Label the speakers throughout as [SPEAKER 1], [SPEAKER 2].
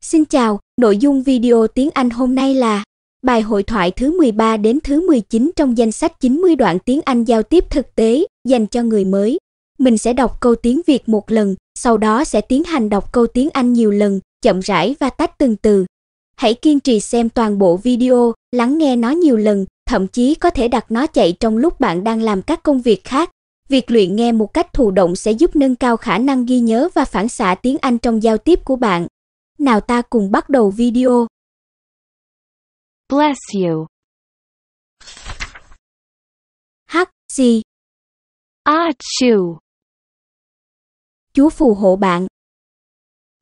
[SPEAKER 1] Xin chào, nội dung video tiếng Anh hôm nay là bài hội thoại thứ 13 đến thứ 19 trong danh sách 90 đoạn tiếng Anh giao tiếp thực tế dành cho người mới. Mình sẽ đọc câu tiếng Việt một lần, sau đó sẽ tiến hành đọc câu tiếng Anh nhiều lần, chậm rãi và tách từng từ. Hãy kiên trì xem toàn bộ video, lắng nghe nó nhiều lần, thậm chí có thể đặt nó chạy trong lúc bạn đang làm các công việc khác. Việc luyện nghe một cách thụ động sẽ giúp nâng cao khả năng ghi nhớ và phản xạ tiếng Anh trong giao tiếp của bạn. Nào ta cùng bắt đầu video.
[SPEAKER 2] Bless you.
[SPEAKER 1] Hắc, xì,
[SPEAKER 2] Achoo.
[SPEAKER 1] Chúa phù hộ bạn.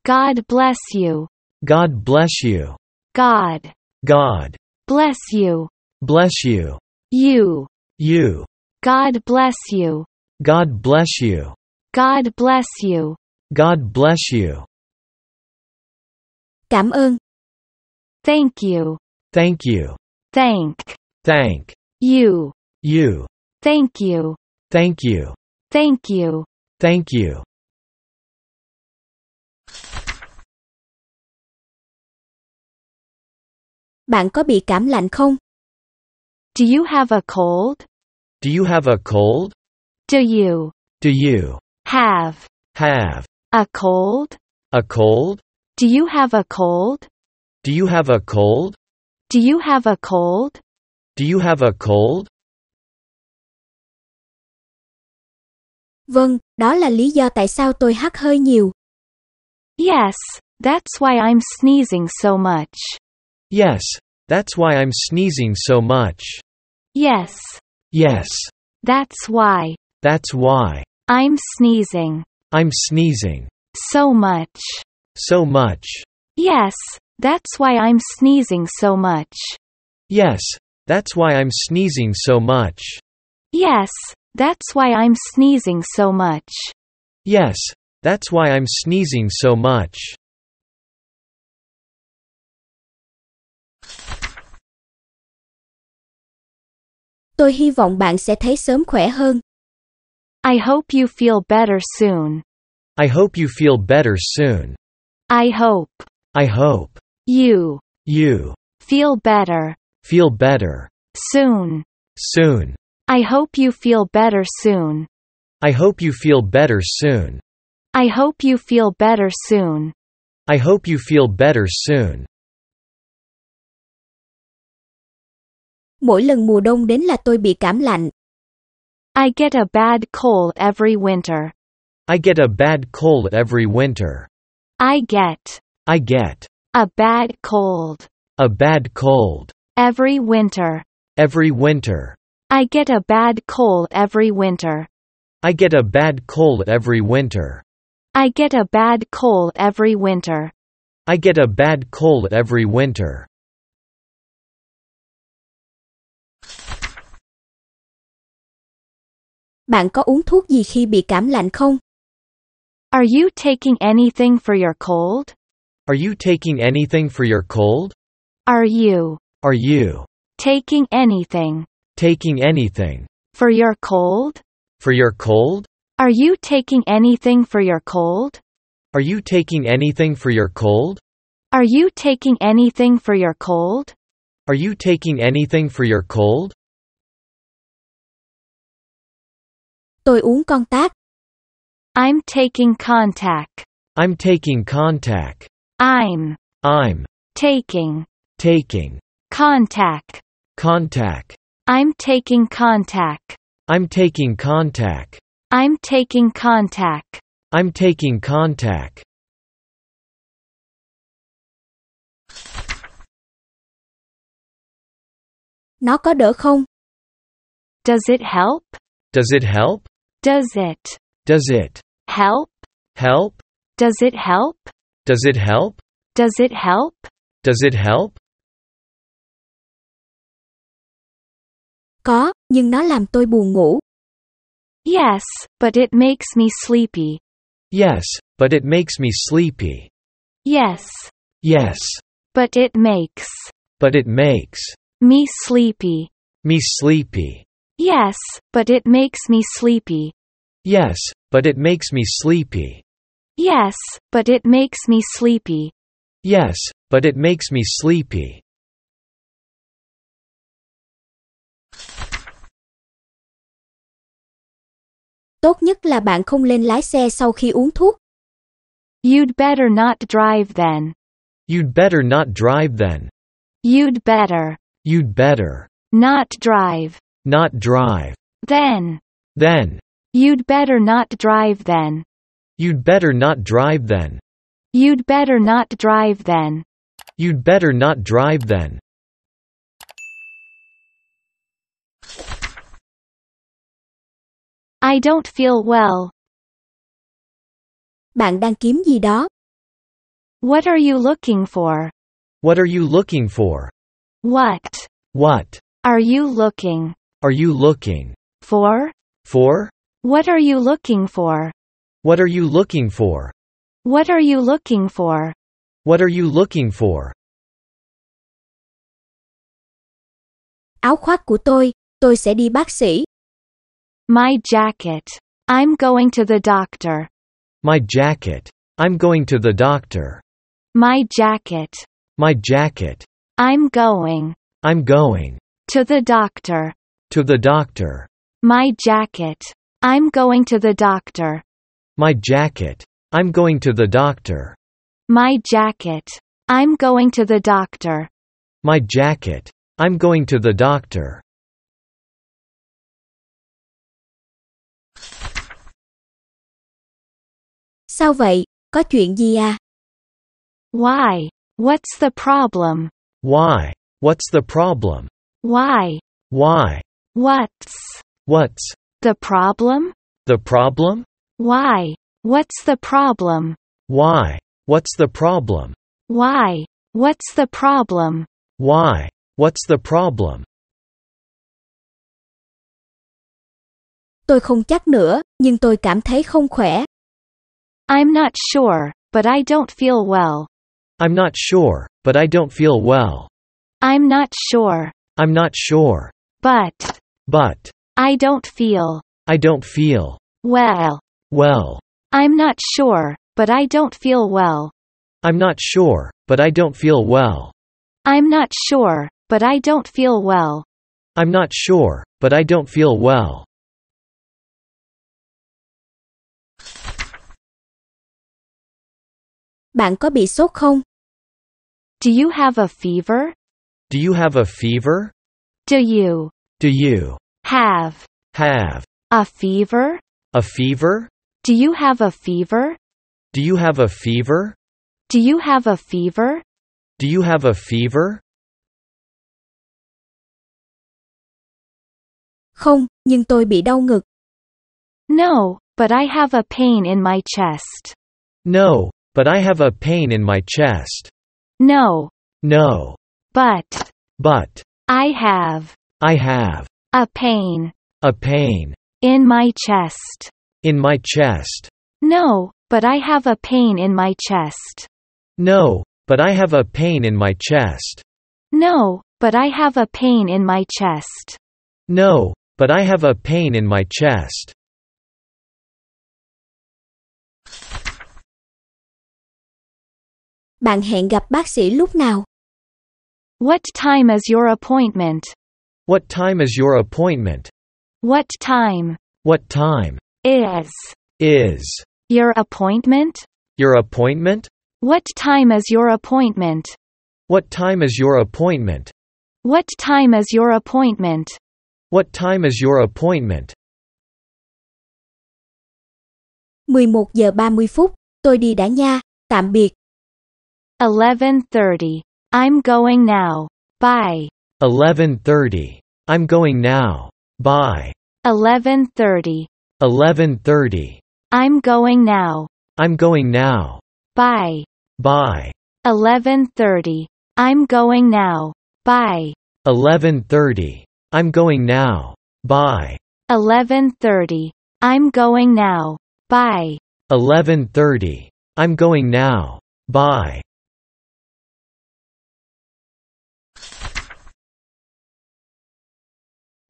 [SPEAKER 2] God bless you.
[SPEAKER 3] God bless you.
[SPEAKER 2] God
[SPEAKER 3] God
[SPEAKER 2] bless you.
[SPEAKER 3] bless you.
[SPEAKER 2] You.
[SPEAKER 3] You.
[SPEAKER 2] God bless you.
[SPEAKER 3] God bless you.
[SPEAKER 2] God bless you.
[SPEAKER 3] God bless you.
[SPEAKER 1] Cảm ơn,
[SPEAKER 2] Thank you.
[SPEAKER 3] Thank you.
[SPEAKER 2] Thank
[SPEAKER 3] Thank
[SPEAKER 2] you.
[SPEAKER 3] you.
[SPEAKER 2] Thank you.
[SPEAKER 3] Thank you.
[SPEAKER 2] Thank you.
[SPEAKER 3] Thank you.
[SPEAKER 1] bạn có bị cảm lạnh không?
[SPEAKER 2] Do you have a cold?
[SPEAKER 3] Do you have a cold?
[SPEAKER 2] Do you
[SPEAKER 3] Do you
[SPEAKER 2] have
[SPEAKER 3] have
[SPEAKER 2] a cold?
[SPEAKER 3] a cold?
[SPEAKER 2] Do you have a cold?
[SPEAKER 3] Do you have a cold?
[SPEAKER 2] Do you have a cold?
[SPEAKER 3] Do you have a cold?
[SPEAKER 1] Vâng, đó là lý do tại sao tôi hắt hơi nhiều.
[SPEAKER 2] Yes, that's why I'm sneezing so much.
[SPEAKER 3] Yes. That's why I'm sneezing so much.
[SPEAKER 2] Yes,
[SPEAKER 3] Yes.
[SPEAKER 2] that's why
[SPEAKER 3] That's why
[SPEAKER 2] I'm sneezing
[SPEAKER 3] I'm sneezing
[SPEAKER 2] so much.
[SPEAKER 3] so much.
[SPEAKER 2] Yes, that's why I'm sneezing so much.
[SPEAKER 3] Yes. That's why I'm sneezing so much.
[SPEAKER 2] Yes, that's why I'm sneezing so much.
[SPEAKER 3] Yes, that's why I'm sneezing so much.
[SPEAKER 1] Tôi hy vọng bạn sẽ thấy sớm khỏe hơn.
[SPEAKER 2] I hope you feel better soon.
[SPEAKER 3] I hope you feel better soon.
[SPEAKER 2] I hope
[SPEAKER 3] I hope
[SPEAKER 2] you
[SPEAKER 3] you
[SPEAKER 2] feel better
[SPEAKER 3] feel better
[SPEAKER 2] soon.
[SPEAKER 3] soon.
[SPEAKER 2] I hope you feel better soon.
[SPEAKER 3] I hope you feel better soon.
[SPEAKER 2] I hope you feel better soon.
[SPEAKER 3] I hope you feel better soon.
[SPEAKER 1] Mỗi lần mùa đông đến là tôi bị cảm lạnh.
[SPEAKER 2] I get a bad cold every winter.
[SPEAKER 3] I get a bad cold every winter.
[SPEAKER 2] I get
[SPEAKER 3] I get
[SPEAKER 2] a bad cold
[SPEAKER 3] a bad cold
[SPEAKER 2] every winter.
[SPEAKER 3] every winter.
[SPEAKER 2] I get a bad cold every winter.
[SPEAKER 3] I get a bad cold every winter.
[SPEAKER 2] I get a bad cold every winter.
[SPEAKER 3] I get a bad cold every winter.
[SPEAKER 1] Bạn có uống thuốc gì khi bị cảm lạnh không?
[SPEAKER 2] Are you taking anything for your cold?
[SPEAKER 3] Are you taking anything for your cold?
[SPEAKER 2] Are you
[SPEAKER 3] Are you
[SPEAKER 2] taking anything
[SPEAKER 3] taking anything
[SPEAKER 2] for your cold?
[SPEAKER 3] for your cold?
[SPEAKER 2] Are you taking anything for your cold?
[SPEAKER 3] Are you taking anything for your cold?
[SPEAKER 2] Are you taking anything for your cold?
[SPEAKER 3] Are you taking anything for your cold?
[SPEAKER 1] Tôi uống con tác.
[SPEAKER 2] I'm taking contact.
[SPEAKER 3] I'm taking contact.
[SPEAKER 2] I'm
[SPEAKER 3] I'm
[SPEAKER 2] taking
[SPEAKER 3] taking
[SPEAKER 2] contact.
[SPEAKER 3] contact.
[SPEAKER 2] I'm taking contact.
[SPEAKER 3] I'm taking contact.
[SPEAKER 2] I'm taking contact.
[SPEAKER 3] I'm taking contact.
[SPEAKER 1] Nó có đỡ không?
[SPEAKER 2] Does it help?
[SPEAKER 3] Does it help?
[SPEAKER 2] Does it
[SPEAKER 3] Does it
[SPEAKER 2] help?
[SPEAKER 3] help?
[SPEAKER 2] Does it help?
[SPEAKER 3] Does it help?
[SPEAKER 2] Does it help?
[SPEAKER 3] Does it help?
[SPEAKER 1] Có, nhưng nó làm tôi buồn ngủ.
[SPEAKER 2] Yes, but it makes me sleepy.
[SPEAKER 3] Yes, but it makes me sleepy.
[SPEAKER 2] Yes,
[SPEAKER 3] Yes,
[SPEAKER 2] but it makes
[SPEAKER 3] but it makes
[SPEAKER 2] me sleepy.
[SPEAKER 3] me sleepy.
[SPEAKER 2] Yes, but it makes me sleepy.
[SPEAKER 3] Yes, but it makes me sleepy.
[SPEAKER 2] Yes, but it makes me sleepy.
[SPEAKER 3] Yes, but it makes me sleepy.
[SPEAKER 1] Tốt nhất là bạn không lên lái xe sau khi uống thuốc.
[SPEAKER 2] You'd better not drive then.
[SPEAKER 3] You'd better not drive then.
[SPEAKER 2] You'd better
[SPEAKER 3] You'd better
[SPEAKER 2] not drive
[SPEAKER 3] not drive.
[SPEAKER 2] then.
[SPEAKER 3] Then.
[SPEAKER 2] You'd better not drive then.
[SPEAKER 3] You'd better not drive then.
[SPEAKER 2] You'd better not drive then.
[SPEAKER 3] You'd better not drive then.
[SPEAKER 2] I don't feel well.
[SPEAKER 1] Bạn đang kiếm gì đó?
[SPEAKER 2] What are you looking for?
[SPEAKER 3] What are you looking for?
[SPEAKER 2] What
[SPEAKER 3] What
[SPEAKER 2] are you looking
[SPEAKER 3] are you looking
[SPEAKER 2] for?
[SPEAKER 3] for?
[SPEAKER 2] What are you looking for?
[SPEAKER 3] What are you looking for?
[SPEAKER 2] What are you looking for?
[SPEAKER 3] What are you looking for?
[SPEAKER 1] Áo khoác của tôi, tôi sẽ đi bác sĩ.
[SPEAKER 2] My jacket. I'm going to the doctor.
[SPEAKER 3] My jacket. I'm going to the doctor.
[SPEAKER 2] My jacket.
[SPEAKER 3] My jacket.
[SPEAKER 2] I'm going
[SPEAKER 3] I'm going
[SPEAKER 2] to the doctor.
[SPEAKER 3] to the doctor.
[SPEAKER 2] My jacket. I'm going to the doctor.
[SPEAKER 3] My jacket. I'm going to the doctor.
[SPEAKER 2] My jacket. I'm going to the doctor.
[SPEAKER 3] My jacket. I'm going to the doctor.
[SPEAKER 1] Sao vậy? Có chuyện gì à?
[SPEAKER 2] Why? What's the problem?
[SPEAKER 3] Why? What's the problem?
[SPEAKER 2] Why?
[SPEAKER 3] Why?
[SPEAKER 2] What's
[SPEAKER 3] What's
[SPEAKER 2] the problem?
[SPEAKER 3] the problem?
[SPEAKER 2] Why? What's the problem?
[SPEAKER 3] Why? What's the problem?
[SPEAKER 2] Why? What's the problem?
[SPEAKER 3] Why? What's the problem?
[SPEAKER 1] Tôi không chắc nữa, nhưng tôi cảm thấy không khỏe.
[SPEAKER 2] I'm not sure, but I don't feel well.
[SPEAKER 3] I'm not sure, but I don't feel well.
[SPEAKER 2] I'm not sure,
[SPEAKER 3] I'm not sure,
[SPEAKER 2] but
[SPEAKER 3] but
[SPEAKER 2] I don't feel
[SPEAKER 3] I don't feel
[SPEAKER 2] well.
[SPEAKER 3] well.
[SPEAKER 2] I'm not sure, but I don't feel well.
[SPEAKER 3] I'm not sure, but I don't feel well.
[SPEAKER 2] I'm not sure, but I don't feel well.
[SPEAKER 3] I'm not sure, but I don't feel well.
[SPEAKER 1] Bạn có bị sốt không?
[SPEAKER 2] Do you have a fever?
[SPEAKER 3] Do you have a fever?
[SPEAKER 2] Do you
[SPEAKER 3] Do you
[SPEAKER 2] have
[SPEAKER 3] have
[SPEAKER 2] a fever?
[SPEAKER 3] a fever?
[SPEAKER 2] Do you have a fever?
[SPEAKER 3] Do you have a fever?
[SPEAKER 2] Do you have a fever?
[SPEAKER 3] Do you have a fever?
[SPEAKER 1] Không, nhưng tôi bị đau ngực.
[SPEAKER 2] No, but I have a pain in my chest.
[SPEAKER 3] No, but I have a pain in my chest.
[SPEAKER 2] No,
[SPEAKER 3] No,
[SPEAKER 2] but
[SPEAKER 3] but
[SPEAKER 2] I have
[SPEAKER 3] I have
[SPEAKER 2] a pain
[SPEAKER 3] a pain
[SPEAKER 2] in my chest.
[SPEAKER 3] in my chest.
[SPEAKER 2] No, but I have a pain in my chest.
[SPEAKER 3] No, but I have a pain in my chest.
[SPEAKER 2] No, but I have a pain in my chest.
[SPEAKER 3] No, but I have a pain in my chest.
[SPEAKER 1] Bạn hẹn gặp bác sĩ lúc nào?
[SPEAKER 2] What time is your appointment?
[SPEAKER 3] What time is your appointment?
[SPEAKER 2] What time
[SPEAKER 3] What time
[SPEAKER 2] is
[SPEAKER 3] is
[SPEAKER 2] your appointment?
[SPEAKER 3] your appointment?
[SPEAKER 2] What time is your appointment?
[SPEAKER 3] What time is your appointment?
[SPEAKER 2] What time is your appointment?
[SPEAKER 3] What time is your appointment?
[SPEAKER 1] 11 giờ 30 phút, tôi đi đã nha. Tạm biệt.
[SPEAKER 2] 11:30. I'm going now. Bye.
[SPEAKER 3] 11:30. I'm going now. Bye.
[SPEAKER 2] 11:30.
[SPEAKER 3] 11:30.
[SPEAKER 2] I'm going now.
[SPEAKER 3] I'm going now.
[SPEAKER 2] Bye.
[SPEAKER 3] Bye.
[SPEAKER 2] 11:30. I'm going now. Bye.
[SPEAKER 3] 11:30. I'm going now. Bye.
[SPEAKER 2] 11:30. I'm going now. Bye.
[SPEAKER 3] 11:30. I'm going now. Bye.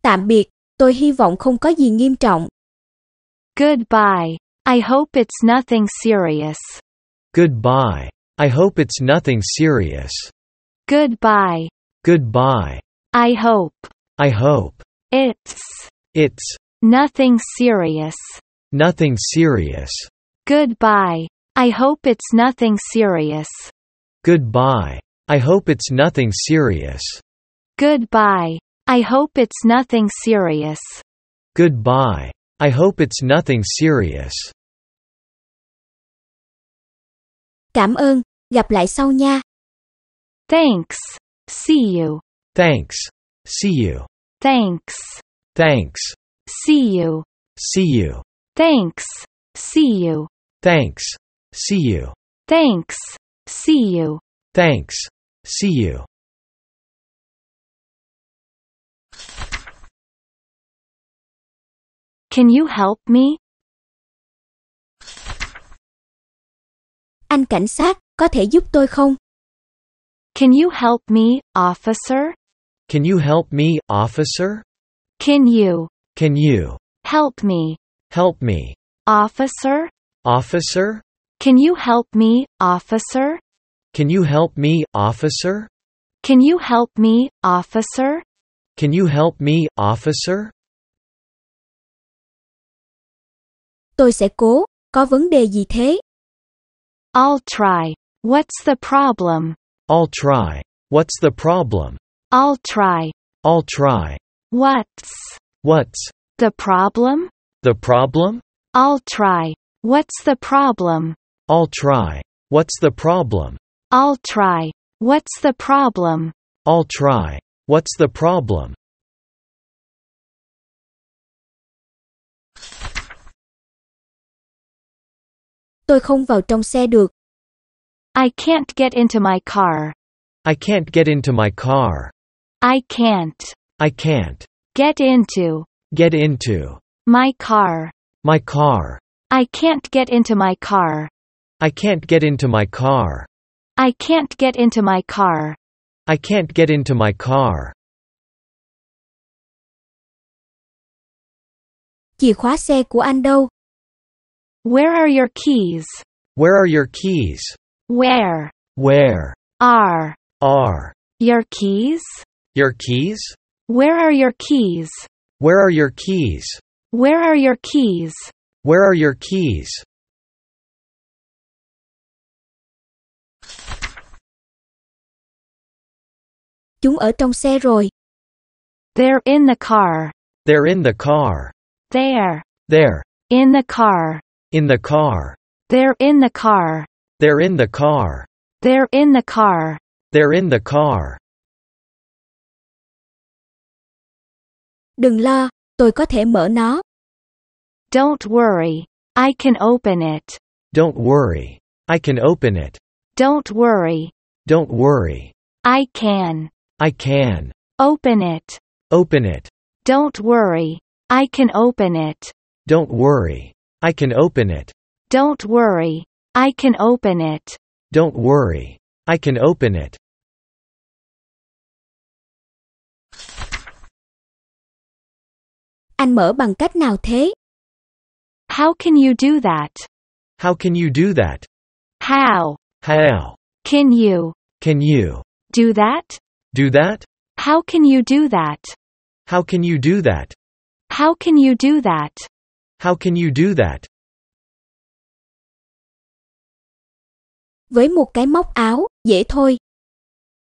[SPEAKER 1] Tạm biệt, tôi hy vọng không có gì nghiêm trọng.
[SPEAKER 2] Goodbye. I hope it's nothing serious.
[SPEAKER 3] Goodbye. I hope it's nothing serious.
[SPEAKER 2] Goodbye.
[SPEAKER 3] Goodbye.
[SPEAKER 2] I hope.
[SPEAKER 3] I hope.
[SPEAKER 2] It's.
[SPEAKER 3] It's.
[SPEAKER 2] Nothing serious.
[SPEAKER 3] Nothing serious.
[SPEAKER 2] Goodbye. I hope it's nothing serious.
[SPEAKER 3] Goodbye. I hope it's nothing serious.
[SPEAKER 2] Goodbye. I hope it's nothing serious.
[SPEAKER 3] Goodbye. I hope it's nothing serious.
[SPEAKER 1] Cảm ơn, gặp lại sau nha.
[SPEAKER 2] Thanks. See you.
[SPEAKER 3] Thanks. See you.
[SPEAKER 2] Thanks.
[SPEAKER 3] Thanks.
[SPEAKER 2] See you.
[SPEAKER 3] See you.
[SPEAKER 2] Thanks. See you.
[SPEAKER 3] Thanks. See you.
[SPEAKER 2] Thanks. See you.
[SPEAKER 3] Thanks. See you.
[SPEAKER 2] Can you help me?
[SPEAKER 1] Anh cảnh sát, có thể giúp tôi không?
[SPEAKER 2] Can you help me, officer?
[SPEAKER 3] Can you help me, officer?
[SPEAKER 2] Can you
[SPEAKER 3] Can you
[SPEAKER 2] help me,
[SPEAKER 3] help me,
[SPEAKER 2] officer?
[SPEAKER 3] officer?
[SPEAKER 2] Can you help me, officer?
[SPEAKER 3] Can you help me, officer?
[SPEAKER 2] Can you help me, officer?
[SPEAKER 3] Can you help me, officer?
[SPEAKER 1] Tôi sẽ cố, có vấn đề gì thế?
[SPEAKER 2] I'll try. What's the problem?
[SPEAKER 3] I'll try. What's the problem?
[SPEAKER 2] I'll try.
[SPEAKER 3] I'll try.
[SPEAKER 2] What's
[SPEAKER 3] What's
[SPEAKER 2] the problem?
[SPEAKER 3] the problem?
[SPEAKER 2] I'll try. What's the problem?
[SPEAKER 3] I'll try. What's the problem?
[SPEAKER 2] I'll try. What's the problem?
[SPEAKER 3] I'll try. What's the problem?
[SPEAKER 1] Tôi không vào trong xe được.
[SPEAKER 2] I can't get into my car.
[SPEAKER 3] I can't get into my car.
[SPEAKER 2] I can't
[SPEAKER 3] I can't
[SPEAKER 2] get into
[SPEAKER 3] get into
[SPEAKER 2] my car.
[SPEAKER 3] my car.
[SPEAKER 2] I can't get into my car.
[SPEAKER 3] I can't get into my car.
[SPEAKER 2] I can't get into my car.
[SPEAKER 3] I can't get into my car.
[SPEAKER 1] Chìa khóa xe của anh đâu?
[SPEAKER 2] Where are your keys?
[SPEAKER 3] Where are your keys?
[SPEAKER 2] Where
[SPEAKER 3] Where
[SPEAKER 2] are
[SPEAKER 3] are
[SPEAKER 2] your keys?
[SPEAKER 3] your keys?
[SPEAKER 2] Where are your keys?
[SPEAKER 3] Where are your keys?
[SPEAKER 2] Where are your keys?
[SPEAKER 3] Where are your keys?
[SPEAKER 1] Chúng ở trong xe rồi.
[SPEAKER 2] They're in the car.
[SPEAKER 3] They're in the car.
[SPEAKER 2] They're
[SPEAKER 3] They're
[SPEAKER 2] in the car.
[SPEAKER 3] in the car.
[SPEAKER 2] They're in the car.
[SPEAKER 3] They're in the car.
[SPEAKER 2] They're in the car.
[SPEAKER 3] They're in the car.
[SPEAKER 1] Đừng lo, tôi có thể mở nó.
[SPEAKER 2] Don't worry. I can open it.
[SPEAKER 3] Don't worry. I can open it.
[SPEAKER 2] Don't worry.
[SPEAKER 3] Don't worry.
[SPEAKER 2] I can
[SPEAKER 3] I can
[SPEAKER 2] open it.
[SPEAKER 3] open it.
[SPEAKER 2] Don't worry. I can open it.
[SPEAKER 3] Don't worry. I can open it.
[SPEAKER 2] Don't worry. I can open it.
[SPEAKER 3] Don't worry. I can open it.
[SPEAKER 1] Anh mở bằng cách nào thế?
[SPEAKER 2] How can you do that?
[SPEAKER 3] How can you do that?
[SPEAKER 2] How
[SPEAKER 3] How
[SPEAKER 2] can you
[SPEAKER 3] can you
[SPEAKER 2] do that?
[SPEAKER 3] do that?
[SPEAKER 2] How can you do that?
[SPEAKER 3] How can you do that?
[SPEAKER 2] How can you do that?
[SPEAKER 3] How can you do that?
[SPEAKER 1] Với một cái móc áo, dễ thôi.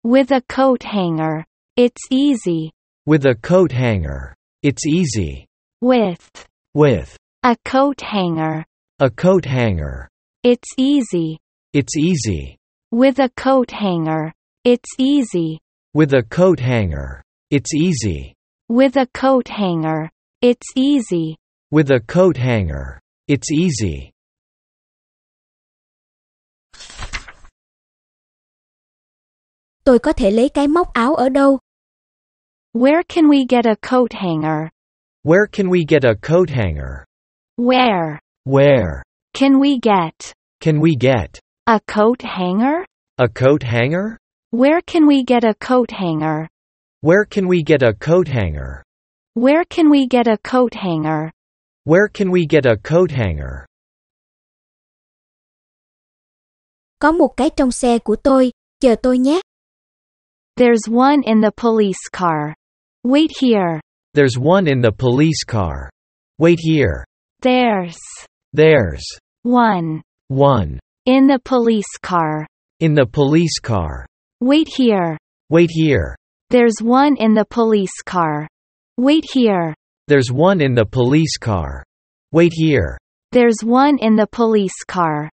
[SPEAKER 2] With a coat hanger. It's easy.
[SPEAKER 3] With a coat hanger. It's easy.
[SPEAKER 2] With
[SPEAKER 3] With
[SPEAKER 2] a coat hanger.
[SPEAKER 3] a coat hanger.
[SPEAKER 2] It's easy.
[SPEAKER 3] It's easy.
[SPEAKER 2] With a coat hanger. It's easy.
[SPEAKER 3] With a coat hanger. It's easy.
[SPEAKER 2] With a coat hanger. It's easy.
[SPEAKER 3] With a coat hanger. It's easy.
[SPEAKER 1] Tôi có thể lấy cái móc áo ở đâu?
[SPEAKER 2] Where can we get a coat hanger?
[SPEAKER 3] Where can we get a coat hanger?
[SPEAKER 2] Where
[SPEAKER 3] Where
[SPEAKER 2] can we get
[SPEAKER 3] can we get
[SPEAKER 2] a coat hanger?
[SPEAKER 3] a coat hanger?
[SPEAKER 2] Where can we get a coat hanger?
[SPEAKER 3] Where can we get a coat hanger?
[SPEAKER 2] Where can we get a coat hanger?
[SPEAKER 3] Where can we get a coat hanger?
[SPEAKER 1] Có một cái trong xe của tôi, chờ tôi nhé.
[SPEAKER 2] There's one in the police car. Wait here.
[SPEAKER 3] There's one in the police car. Wait here.
[SPEAKER 2] There's
[SPEAKER 3] There's
[SPEAKER 2] one
[SPEAKER 3] one
[SPEAKER 2] in the police car.
[SPEAKER 3] in the police car.
[SPEAKER 2] Wait here.
[SPEAKER 3] Wait here.
[SPEAKER 2] There's one in the police car. Wait here.
[SPEAKER 3] There's one in the police car. Wait here.
[SPEAKER 2] There's one in the police car.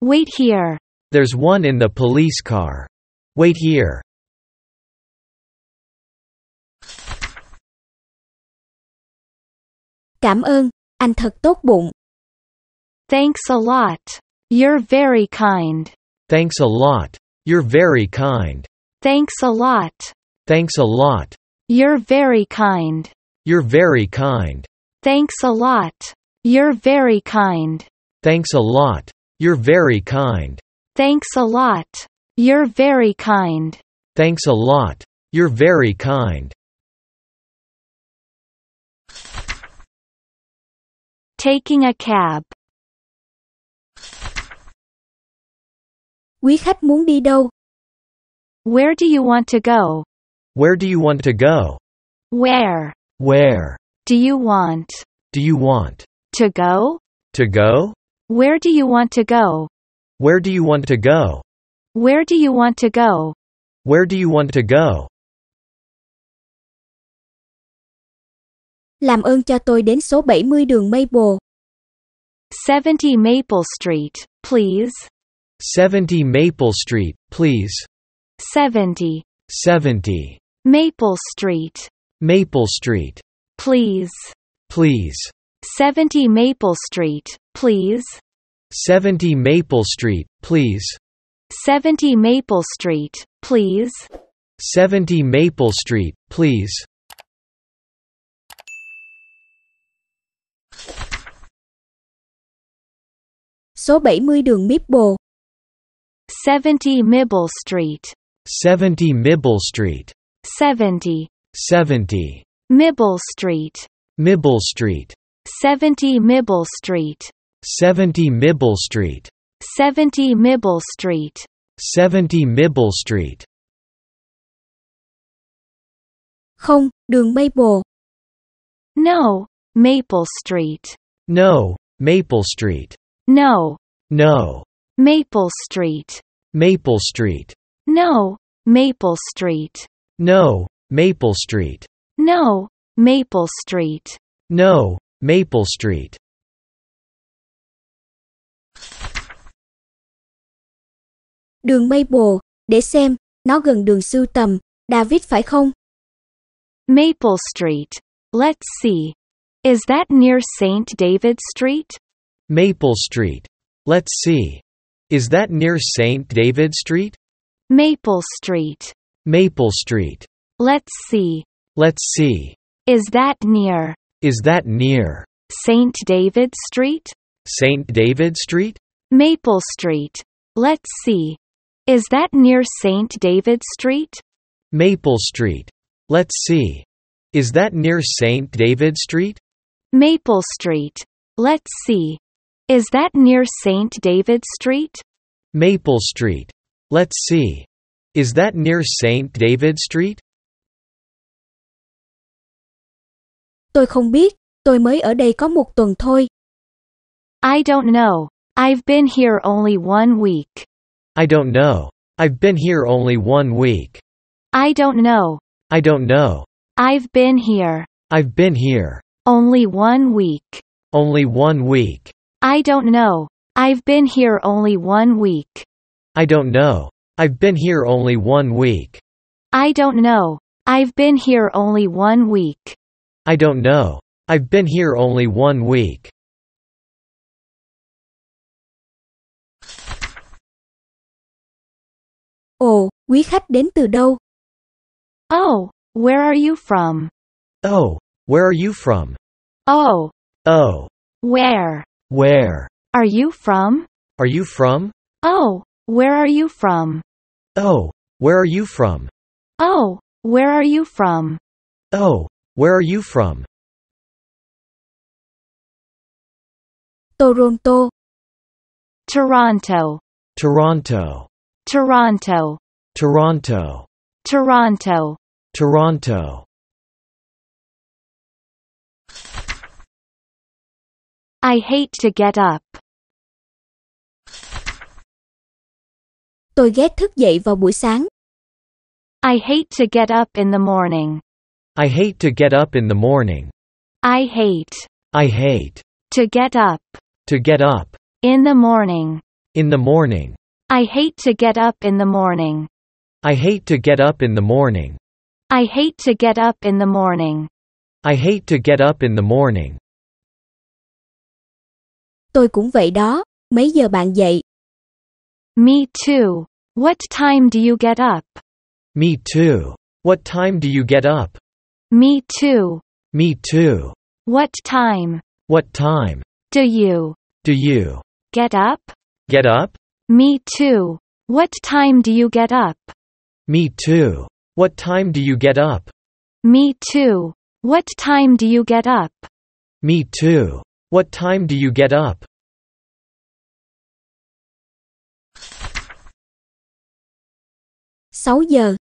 [SPEAKER 2] Wait here.
[SPEAKER 3] There's one in the police car. Wait here.
[SPEAKER 1] Cảm ơn, anh thật tốt bụng.
[SPEAKER 2] Thanks a lot. You're very kind.
[SPEAKER 3] Thanks a lot. You're very kind.
[SPEAKER 2] Thanks a lot.
[SPEAKER 3] Thanks a lot.
[SPEAKER 2] You're very kind.
[SPEAKER 3] You're very kind.
[SPEAKER 2] Thanks a lot. You're very kind.
[SPEAKER 3] Thanks a lot. You're very kind.
[SPEAKER 2] Thanks a lot. You're very kind.
[SPEAKER 3] Thanks a lot. You're very kind.
[SPEAKER 2] Taking a cab.
[SPEAKER 1] Quý khách muốn đi đâu?
[SPEAKER 2] Where do you want to go?
[SPEAKER 3] Where do you want to go?
[SPEAKER 2] Where
[SPEAKER 3] Where
[SPEAKER 2] do you want
[SPEAKER 3] do you want
[SPEAKER 2] to go?
[SPEAKER 3] to go?
[SPEAKER 2] Where do you want to go?
[SPEAKER 3] Where do you want to go?
[SPEAKER 2] Where do you want to go?
[SPEAKER 3] Where do you want to go?
[SPEAKER 1] Làm ơn cho tôi đến số 70 đường Maple.
[SPEAKER 2] 70 Maple Street, please.
[SPEAKER 3] 70 Maple Street, please.
[SPEAKER 2] 70
[SPEAKER 3] 70
[SPEAKER 2] Maple Street,
[SPEAKER 3] Maple Street,
[SPEAKER 2] please.
[SPEAKER 3] please.
[SPEAKER 2] 70 Maple Street, please.
[SPEAKER 3] 70 Maple Street, please.
[SPEAKER 2] 70 Maple Street, please.
[SPEAKER 3] 70 Maple Street, please.
[SPEAKER 1] Số 70 đường Maple.
[SPEAKER 2] 70 Mibble Street,
[SPEAKER 3] 70 Mibble Street,
[SPEAKER 2] 70
[SPEAKER 3] 70
[SPEAKER 2] Mibble Street,
[SPEAKER 3] Mibble Street,
[SPEAKER 2] 70 Mibble Street,
[SPEAKER 3] 70 Mibble Street,
[SPEAKER 2] 70 Mibble Street.
[SPEAKER 3] 70 Mibble Street.
[SPEAKER 1] Không, đường Maple.
[SPEAKER 2] No, Maple Street.
[SPEAKER 3] No, Maple Street.
[SPEAKER 2] No,
[SPEAKER 3] No,
[SPEAKER 2] Maple Street.
[SPEAKER 3] Maple Street.
[SPEAKER 2] No, Maple Street.
[SPEAKER 3] No, Maple Street.
[SPEAKER 2] No, Maple Street.
[SPEAKER 3] No, Maple Street.
[SPEAKER 1] Đường Maple, để xem, nó gần đường sưu tầm. David phải không?
[SPEAKER 2] Maple Street. Let's see. Is that near St. David Street?
[SPEAKER 3] Maple Street. Let's see. Is that near St. David Street?
[SPEAKER 2] Maple Street.
[SPEAKER 3] Maple Street.
[SPEAKER 2] Let's see.
[SPEAKER 3] Let's see.
[SPEAKER 2] Is that near
[SPEAKER 3] Is that near
[SPEAKER 2] St. David Street?
[SPEAKER 3] St. David Street?
[SPEAKER 2] Maple Street. Let's see. Is that near St. David Street?
[SPEAKER 3] Maple Street. Let's see. Is that near St. David Street?
[SPEAKER 2] Maple Street. Let's see. Is that near St. David Street?
[SPEAKER 3] Maple Street. Let's see. Is that near St. David Street?
[SPEAKER 1] Tôi không biết, tôi mới ở đây có một tuần thôi.
[SPEAKER 2] I don't know. I've been here only one week.
[SPEAKER 3] I don't know. I've been here only one week.
[SPEAKER 2] I don't know.
[SPEAKER 3] I don't know.
[SPEAKER 2] I've been here
[SPEAKER 3] I've been here
[SPEAKER 2] only one week.
[SPEAKER 3] only one week.
[SPEAKER 2] I don't know. I've been here only one week.
[SPEAKER 3] I don't know. I've been here only one week.
[SPEAKER 2] I don't know. I've been here only one week.
[SPEAKER 3] I don't know. I've been here only one week.
[SPEAKER 1] Ồ, quý khách đến từ đâu?
[SPEAKER 2] Oh, where are you from?
[SPEAKER 3] Oh, where are you from?
[SPEAKER 2] Oh,
[SPEAKER 3] Oh,
[SPEAKER 2] where
[SPEAKER 3] where
[SPEAKER 2] are you from?
[SPEAKER 3] are you from?
[SPEAKER 2] Oh, where are you from?
[SPEAKER 3] Oh, where are you from?
[SPEAKER 2] Oh, where are you from?
[SPEAKER 3] Oh, where are you from?
[SPEAKER 1] Toronto.
[SPEAKER 2] Toronto.
[SPEAKER 3] Toronto,
[SPEAKER 2] Toronto,
[SPEAKER 3] Toronto,
[SPEAKER 2] Toronto.
[SPEAKER 3] Toronto.
[SPEAKER 2] I hate to get up.
[SPEAKER 1] Tôi ghét thức dậy vào buổi sáng.
[SPEAKER 2] I hate to get up in the morning.
[SPEAKER 3] I hate to get up in the morning.
[SPEAKER 2] I hate
[SPEAKER 3] I hate
[SPEAKER 2] to get up
[SPEAKER 3] to get up
[SPEAKER 2] in the morning.
[SPEAKER 3] in the morning.
[SPEAKER 2] I hate to get up in the morning.
[SPEAKER 3] I hate to get up in the morning.
[SPEAKER 2] I hate to get up in the morning.
[SPEAKER 3] I hate to get up in the morning.
[SPEAKER 1] Tôi cũng vậy đó. Mấy giờ bạn dậy?
[SPEAKER 2] Me too. What time do you get up?
[SPEAKER 3] Me too. What time do you get up?
[SPEAKER 2] Me too.
[SPEAKER 3] Me too.
[SPEAKER 2] What time
[SPEAKER 3] What time
[SPEAKER 2] do you
[SPEAKER 3] do you
[SPEAKER 2] get up?
[SPEAKER 3] get up?
[SPEAKER 2] Me too. What time do you get up?
[SPEAKER 3] Me too. What time do you get up?
[SPEAKER 2] Me too. What time do you get up?
[SPEAKER 3] Me too. What time do you get up?
[SPEAKER 1] Sáu giờ.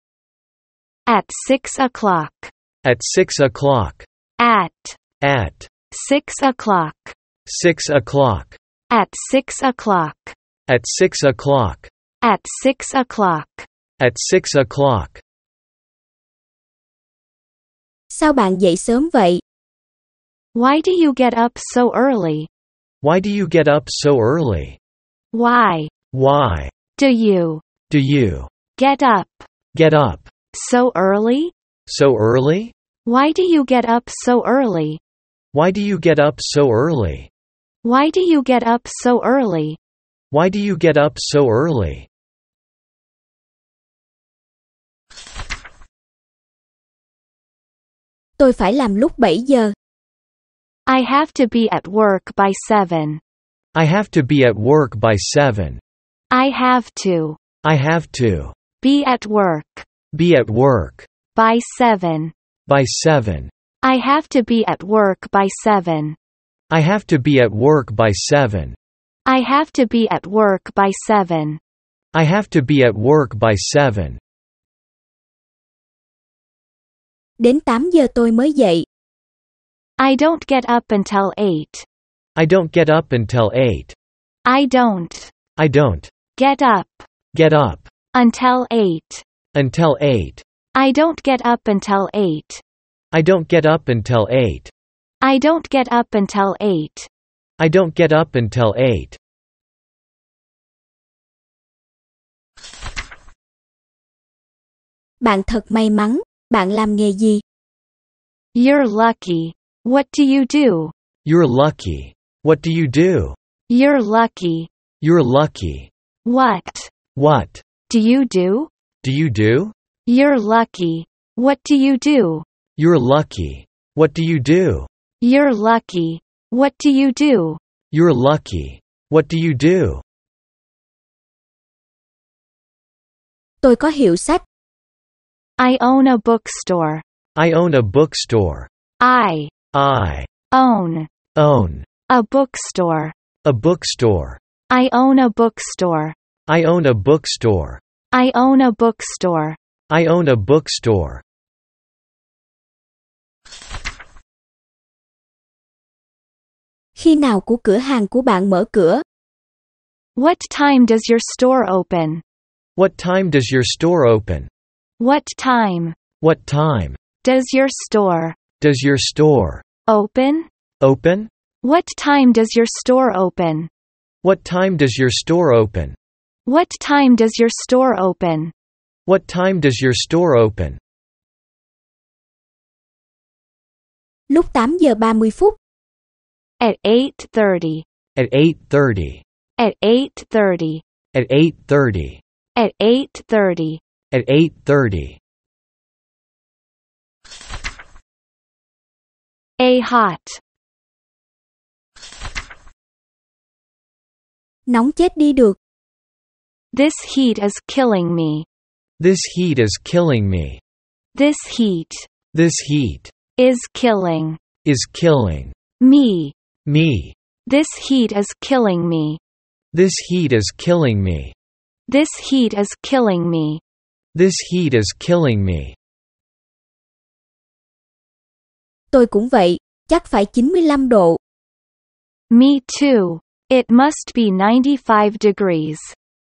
[SPEAKER 2] At 6 o'clock.
[SPEAKER 3] At 6 o'clock.
[SPEAKER 2] At
[SPEAKER 3] At
[SPEAKER 2] 6 o'clock.
[SPEAKER 3] 6 o'clock.
[SPEAKER 2] At 6 o'clock.
[SPEAKER 3] At 6 o'clock.
[SPEAKER 2] At 6 o'clock.
[SPEAKER 3] At 6 o'clock.
[SPEAKER 1] Sao bạn dậy sớm vậy?
[SPEAKER 2] Why do you get up so early?
[SPEAKER 3] Why do you get up so early?
[SPEAKER 2] Why
[SPEAKER 3] Why
[SPEAKER 2] do you
[SPEAKER 3] do you
[SPEAKER 2] get up
[SPEAKER 3] get up
[SPEAKER 2] so early?
[SPEAKER 3] so early?
[SPEAKER 2] Why do you get up so early?
[SPEAKER 3] Why do you get up so early?
[SPEAKER 2] Why do you get up so early?
[SPEAKER 3] Why do you get up so early?
[SPEAKER 1] Tôi phải làm lúc 7 giờ.
[SPEAKER 2] I have to be at work by 7.
[SPEAKER 3] I have to be at work by 7.
[SPEAKER 2] I have to
[SPEAKER 3] I have to
[SPEAKER 2] be at work
[SPEAKER 3] be at work
[SPEAKER 2] by 7.
[SPEAKER 3] by 7.
[SPEAKER 2] I have to be at work by 7.
[SPEAKER 3] I have to be at work by 7.
[SPEAKER 2] I have to be at work by 7.
[SPEAKER 3] I have to be at work by 7.
[SPEAKER 1] Đến 8 giờ tôi mới dậy.
[SPEAKER 2] I don't get up until 8.
[SPEAKER 3] I don't get up until 8.
[SPEAKER 2] I don't
[SPEAKER 3] I don't
[SPEAKER 2] get up
[SPEAKER 3] get up
[SPEAKER 2] until 8.
[SPEAKER 3] until 8.
[SPEAKER 2] I don't get up until 8.
[SPEAKER 3] I don't get up until 8.
[SPEAKER 2] I don't get up until 8.
[SPEAKER 3] I don't get up until 8.
[SPEAKER 1] Bạn thật may mắn. Bạn làm nghề gì?
[SPEAKER 2] You're lucky. What do you do?
[SPEAKER 3] You're lucky. What do you do?
[SPEAKER 2] You're lucky.
[SPEAKER 3] You're lucky.
[SPEAKER 2] What
[SPEAKER 3] What
[SPEAKER 2] do you do?
[SPEAKER 3] do you do?
[SPEAKER 2] You're lucky. What do you do?
[SPEAKER 3] You're lucky. What do you do?
[SPEAKER 2] You're lucky. What do you do?
[SPEAKER 3] You're lucky. What do you do?
[SPEAKER 1] Tôi có hiệu sách.
[SPEAKER 2] I own a bookstore.
[SPEAKER 3] I own a bookstore.
[SPEAKER 2] I
[SPEAKER 3] I
[SPEAKER 2] own
[SPEAKER 3] own
[SPEAKER 2] a bookstore.
[SPEAKER 3] a bookstore.
[SPEAKER 2] I own a bookstore.
[SPEAKER 3] I own a bookstore.
[SPEAKER 2] I own a bookstore.
[SPEAKER 3] I own a bookstore.
[SPEAKER 1] Khi nào của cửa hàng của bạn mở cửa?
[SPEAKER 2] What time does your store open?
[SPEAKER 3] What time does your store open?
[SPEAKER 2] What time
[SPEAKER 3] What time
[SPEAKER 2] does your store
[SPEAKER 3] does your store
[SPEAKER 2] open?
[SPEAKER 3] open?
[SPEAKER 2] What time does your store open?
[SPEAKER 3] What time does your store open?
[SPEAKER 2] What time does your store open?
[SPEAKER 3] What time does your store open?
[SPEAKER 1] Lúc 8 giờ 30 phút.
[SPEAKER 2] At 8:30.
[SPEAKER 3] At 8:30.
[SPEAKER 2] At 8:30.
[SPEAKER 3] At 8:30.
[SPEAKER 2] At 8:30.
[SPEAKER 3] At 8:30.
[SPEAKER 2] A hot.
[SPEAKER 1] Nóng chết đi được.
[SPEAKER 2] This heat is killing me.
[SPEAKER 3] This heat is killing me.
[SPEAKER 2] This heat
[SPEAKER 3] This heat
[SPEAKER 2] is killing
[SPEAKER 3] is killing
[SPEAKER 2] me.
[SPEAKER 3] me.
[SPEAKER 2] This heat is killing me.
[SPEAKER 3] This heat is killing me.
[SPEAKER 2] This heat is killing me.
[SPEAKER 3] This heat is killing me.
[SPEAKER 1] Tôi cũng vậy, chắc phải 95 độ.
[SPEAKER 2] Me too. It must be 95 degrees.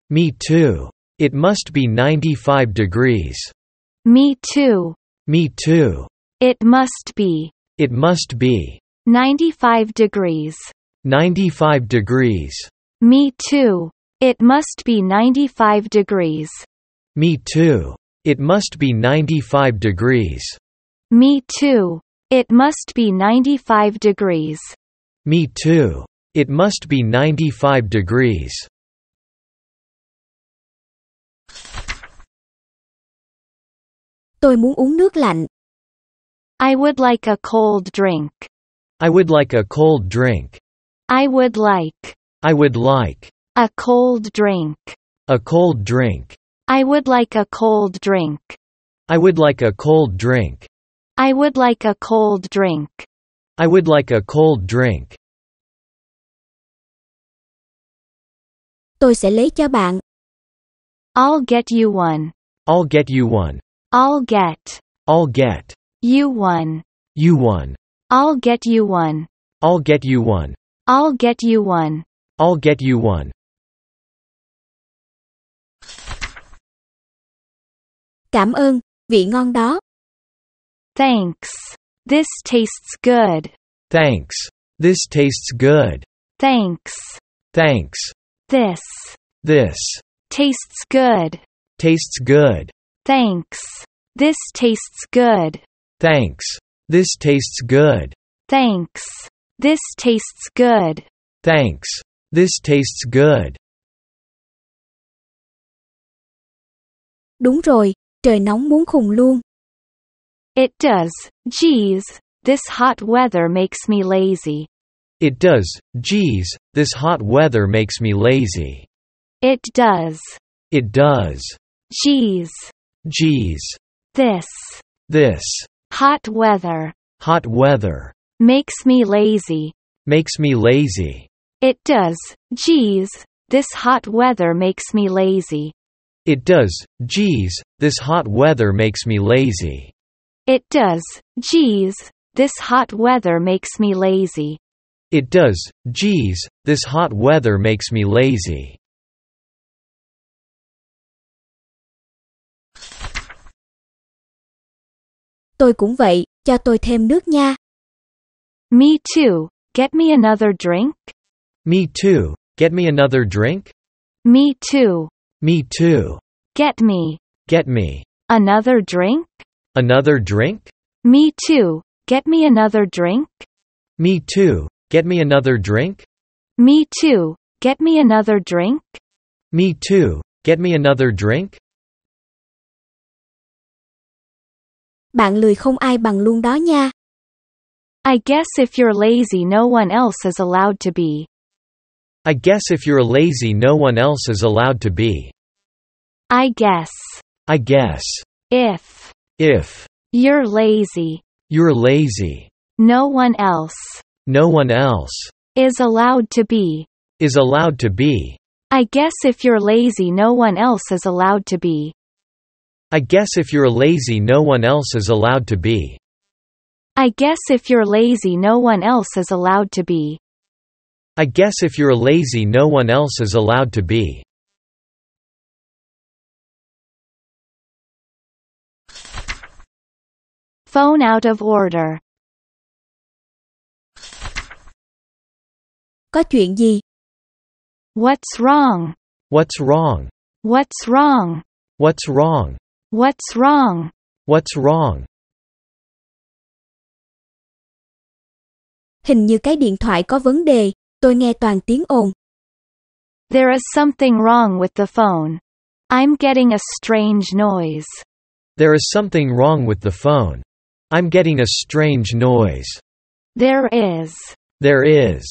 [SPEAKER 3] Me too. It must be 95 degrees.
[SPEAKER 2] Me too.
[SPEAKER 3] Me too.
[SPEAKER 2] It must be
[SPEAKER 3] It must be
[SPEAKER 2] 95 degrees.
[SPEAKER 3] 95 degrees.
[SPEAKER 2] Me too. It must be 95 degrees.
[SPEAKER 3] Me too. It must be 95 degrees.
[SPEAKER 2] Me too. It must be 95 degrees.
[SPEAKER 3] Me too. It must be 95 degrees.
[SPEAKER 1] Tôi muốn uống nước lạnh.
[SPEAKER 2] I would like a cold drink.
[SPEAKER 3] I would like a cold drink.
[SPEAKER 2] I would like
[SPEAKER 3] I would like
[SPEAKER 2] a cold drink.
[SPEAKER 3] a cold drink.
[SPEAKER 2] I would like a cold drink.
[SPEAKER 3] I would like a cold drink.
[SPEAKER 2] I would like a cold drink.
[SPEAKER 3] I would like a cold drink.
[SPEAKER 1] Tôi sẽ lấy cho bạn.
[SPEAKER 2] I'll get you one.
[SPEAKER 3] I'll get you one.
[SPEAKER 2] I'll get
[SPEAKER 3] I'll get
[SPEAKER 2] you one.
[SPEAKER 3] you one.
[SPEAKER 2] I'll get you one.
[SPEAKER 3] I'll get you one.
[SPEAKER 2] I'll get you one.
[SPEAKER 3] I'll get you one.
[SPEAKER 1] Cảm ơn, vị ngon đó.
[SPEAKER 2] Thanks. This tastes good.
[SPEAKER 3] Thanks. This tastes good.
[SPEAKER 2] Thanks.
[SPEAKER 3] Thanks.
[SPEAKER 2] This
[SPEAKER 3] This
[SPEAKER 2] tastes good.
[SPEAKER 3] tastes good.
[SPEAKER 2] Thanks. This tastes good.
[SPEAKER 3] Thanks. This tastes good.
[SPEAKER 2] Thanks. This tastes good.
[SPEAKER 3] Thanks. This tastes good.
[SPEAKER 1] Đúng rồi, trời nóng muốn khùng luôn.
[SPEAKER 2] It does. Geez, this hot weather makes me lazy.
[SPEAKER 3] It does. Geez, this hot weather makes me lazy.
[SPEAKER 2] It does.
[SPEAKER 3] It does.
[SPEAKER 2] Geez,
[SPEAKER 3] Geez.
[SPEAKER 2] this
[SPEAKER 3] This
[SPEAKER 2] hot weather
[SPEAKER 3] hot weather
[SPEAKER 2] makes me lazy.
[SPEAKER 3] makes me lazy.
[SPEAKER 2] It does. Geez, this hot weather makes me lazy.
[SPEAKER 3] It does. Geez, this hot weather makes me lazy.
[SPEAKER 2] It does. Geez, this hot weather makes me lazy.
[SPEAKER 3] It does. Geez, this hot weather makes me lazy.
[SPEAKER 1] Tôi cũng vậy, cho tôi thêm nước nha.
[SPEAKER 2] Me too. Get me another drink.
[SPEAKER 3] Me too. Get me another drink?
[SPEAKER 2] Me too.
[SPEAKER 3] Me too.
[SPEAKER 2] Get me
[SPEAKER 3] Get me
[SPEAKER 2] another drink.
[SPEAKER 3] another drink?
[SPEAKER 2] Me too. Get me another drink.
[SPEAKER 3] Me too. Get me another drink?
[SPEAKER 2] Me too. Get me another drink.
[SPEAKER 3] Me too. Get me another drink?
[SPEAKER 1] Bạn lười không ai bằng luôn đó nha.
[SPEAKER 2] I guess if you're lazy, no one else is allowed to be.
[SPEAKER 3] I guess if you're lazy, no one else is allowed to be.
[SPEAKER 2] I guess
[SPEAKER 3] I guess.
[SPEAKER 2] if
[SPEAKER 3] If
[SPEAKER 2] you're lazy,
[SPEAKER 3] you're lazy,
[SPEAKER 2] no one else
[SPEAKER 3] no one else
[SPEAKER 2] is allowed to be.
[SPEAKER 3] is allowed to be.
[SPEAKER 2] I guess if you're lazy, no one else is allowed to be.
[SPEAKER 3] I guess if you're lazy, no one else is allowed to be.
[SPEAKER 2] I guess if you're lazy, no one else is allowed to be.
[SPEAKER 3] I guess if you're lazy, no one else is allowed to be.
[SPEAKER 2] Phone out of order.
[SPEAKER 1] Có chuyện gì?
[SPEAKER 2] What's wrong?
[SPEAKER 3] What's wrong?
[SPEAKER 2] What's wrong?
[SPEAKER 3] What's wrong?
[SPEAKER 2] What's wrong?
[SPEAKER 3] What's wrong?
[SPEAKER 1] Hình như cái điện thoại có vấn đề, tôi nghe toàn tiếng ồn.
[SPEAKER 2] There is something wrong with the phone. I'm getting a strange noise.
[SPEAKER 3] There is something wrong with the phone. I'm getting a strange noise.
[SPEAKER 2] There is
[SPEAKER 3] There is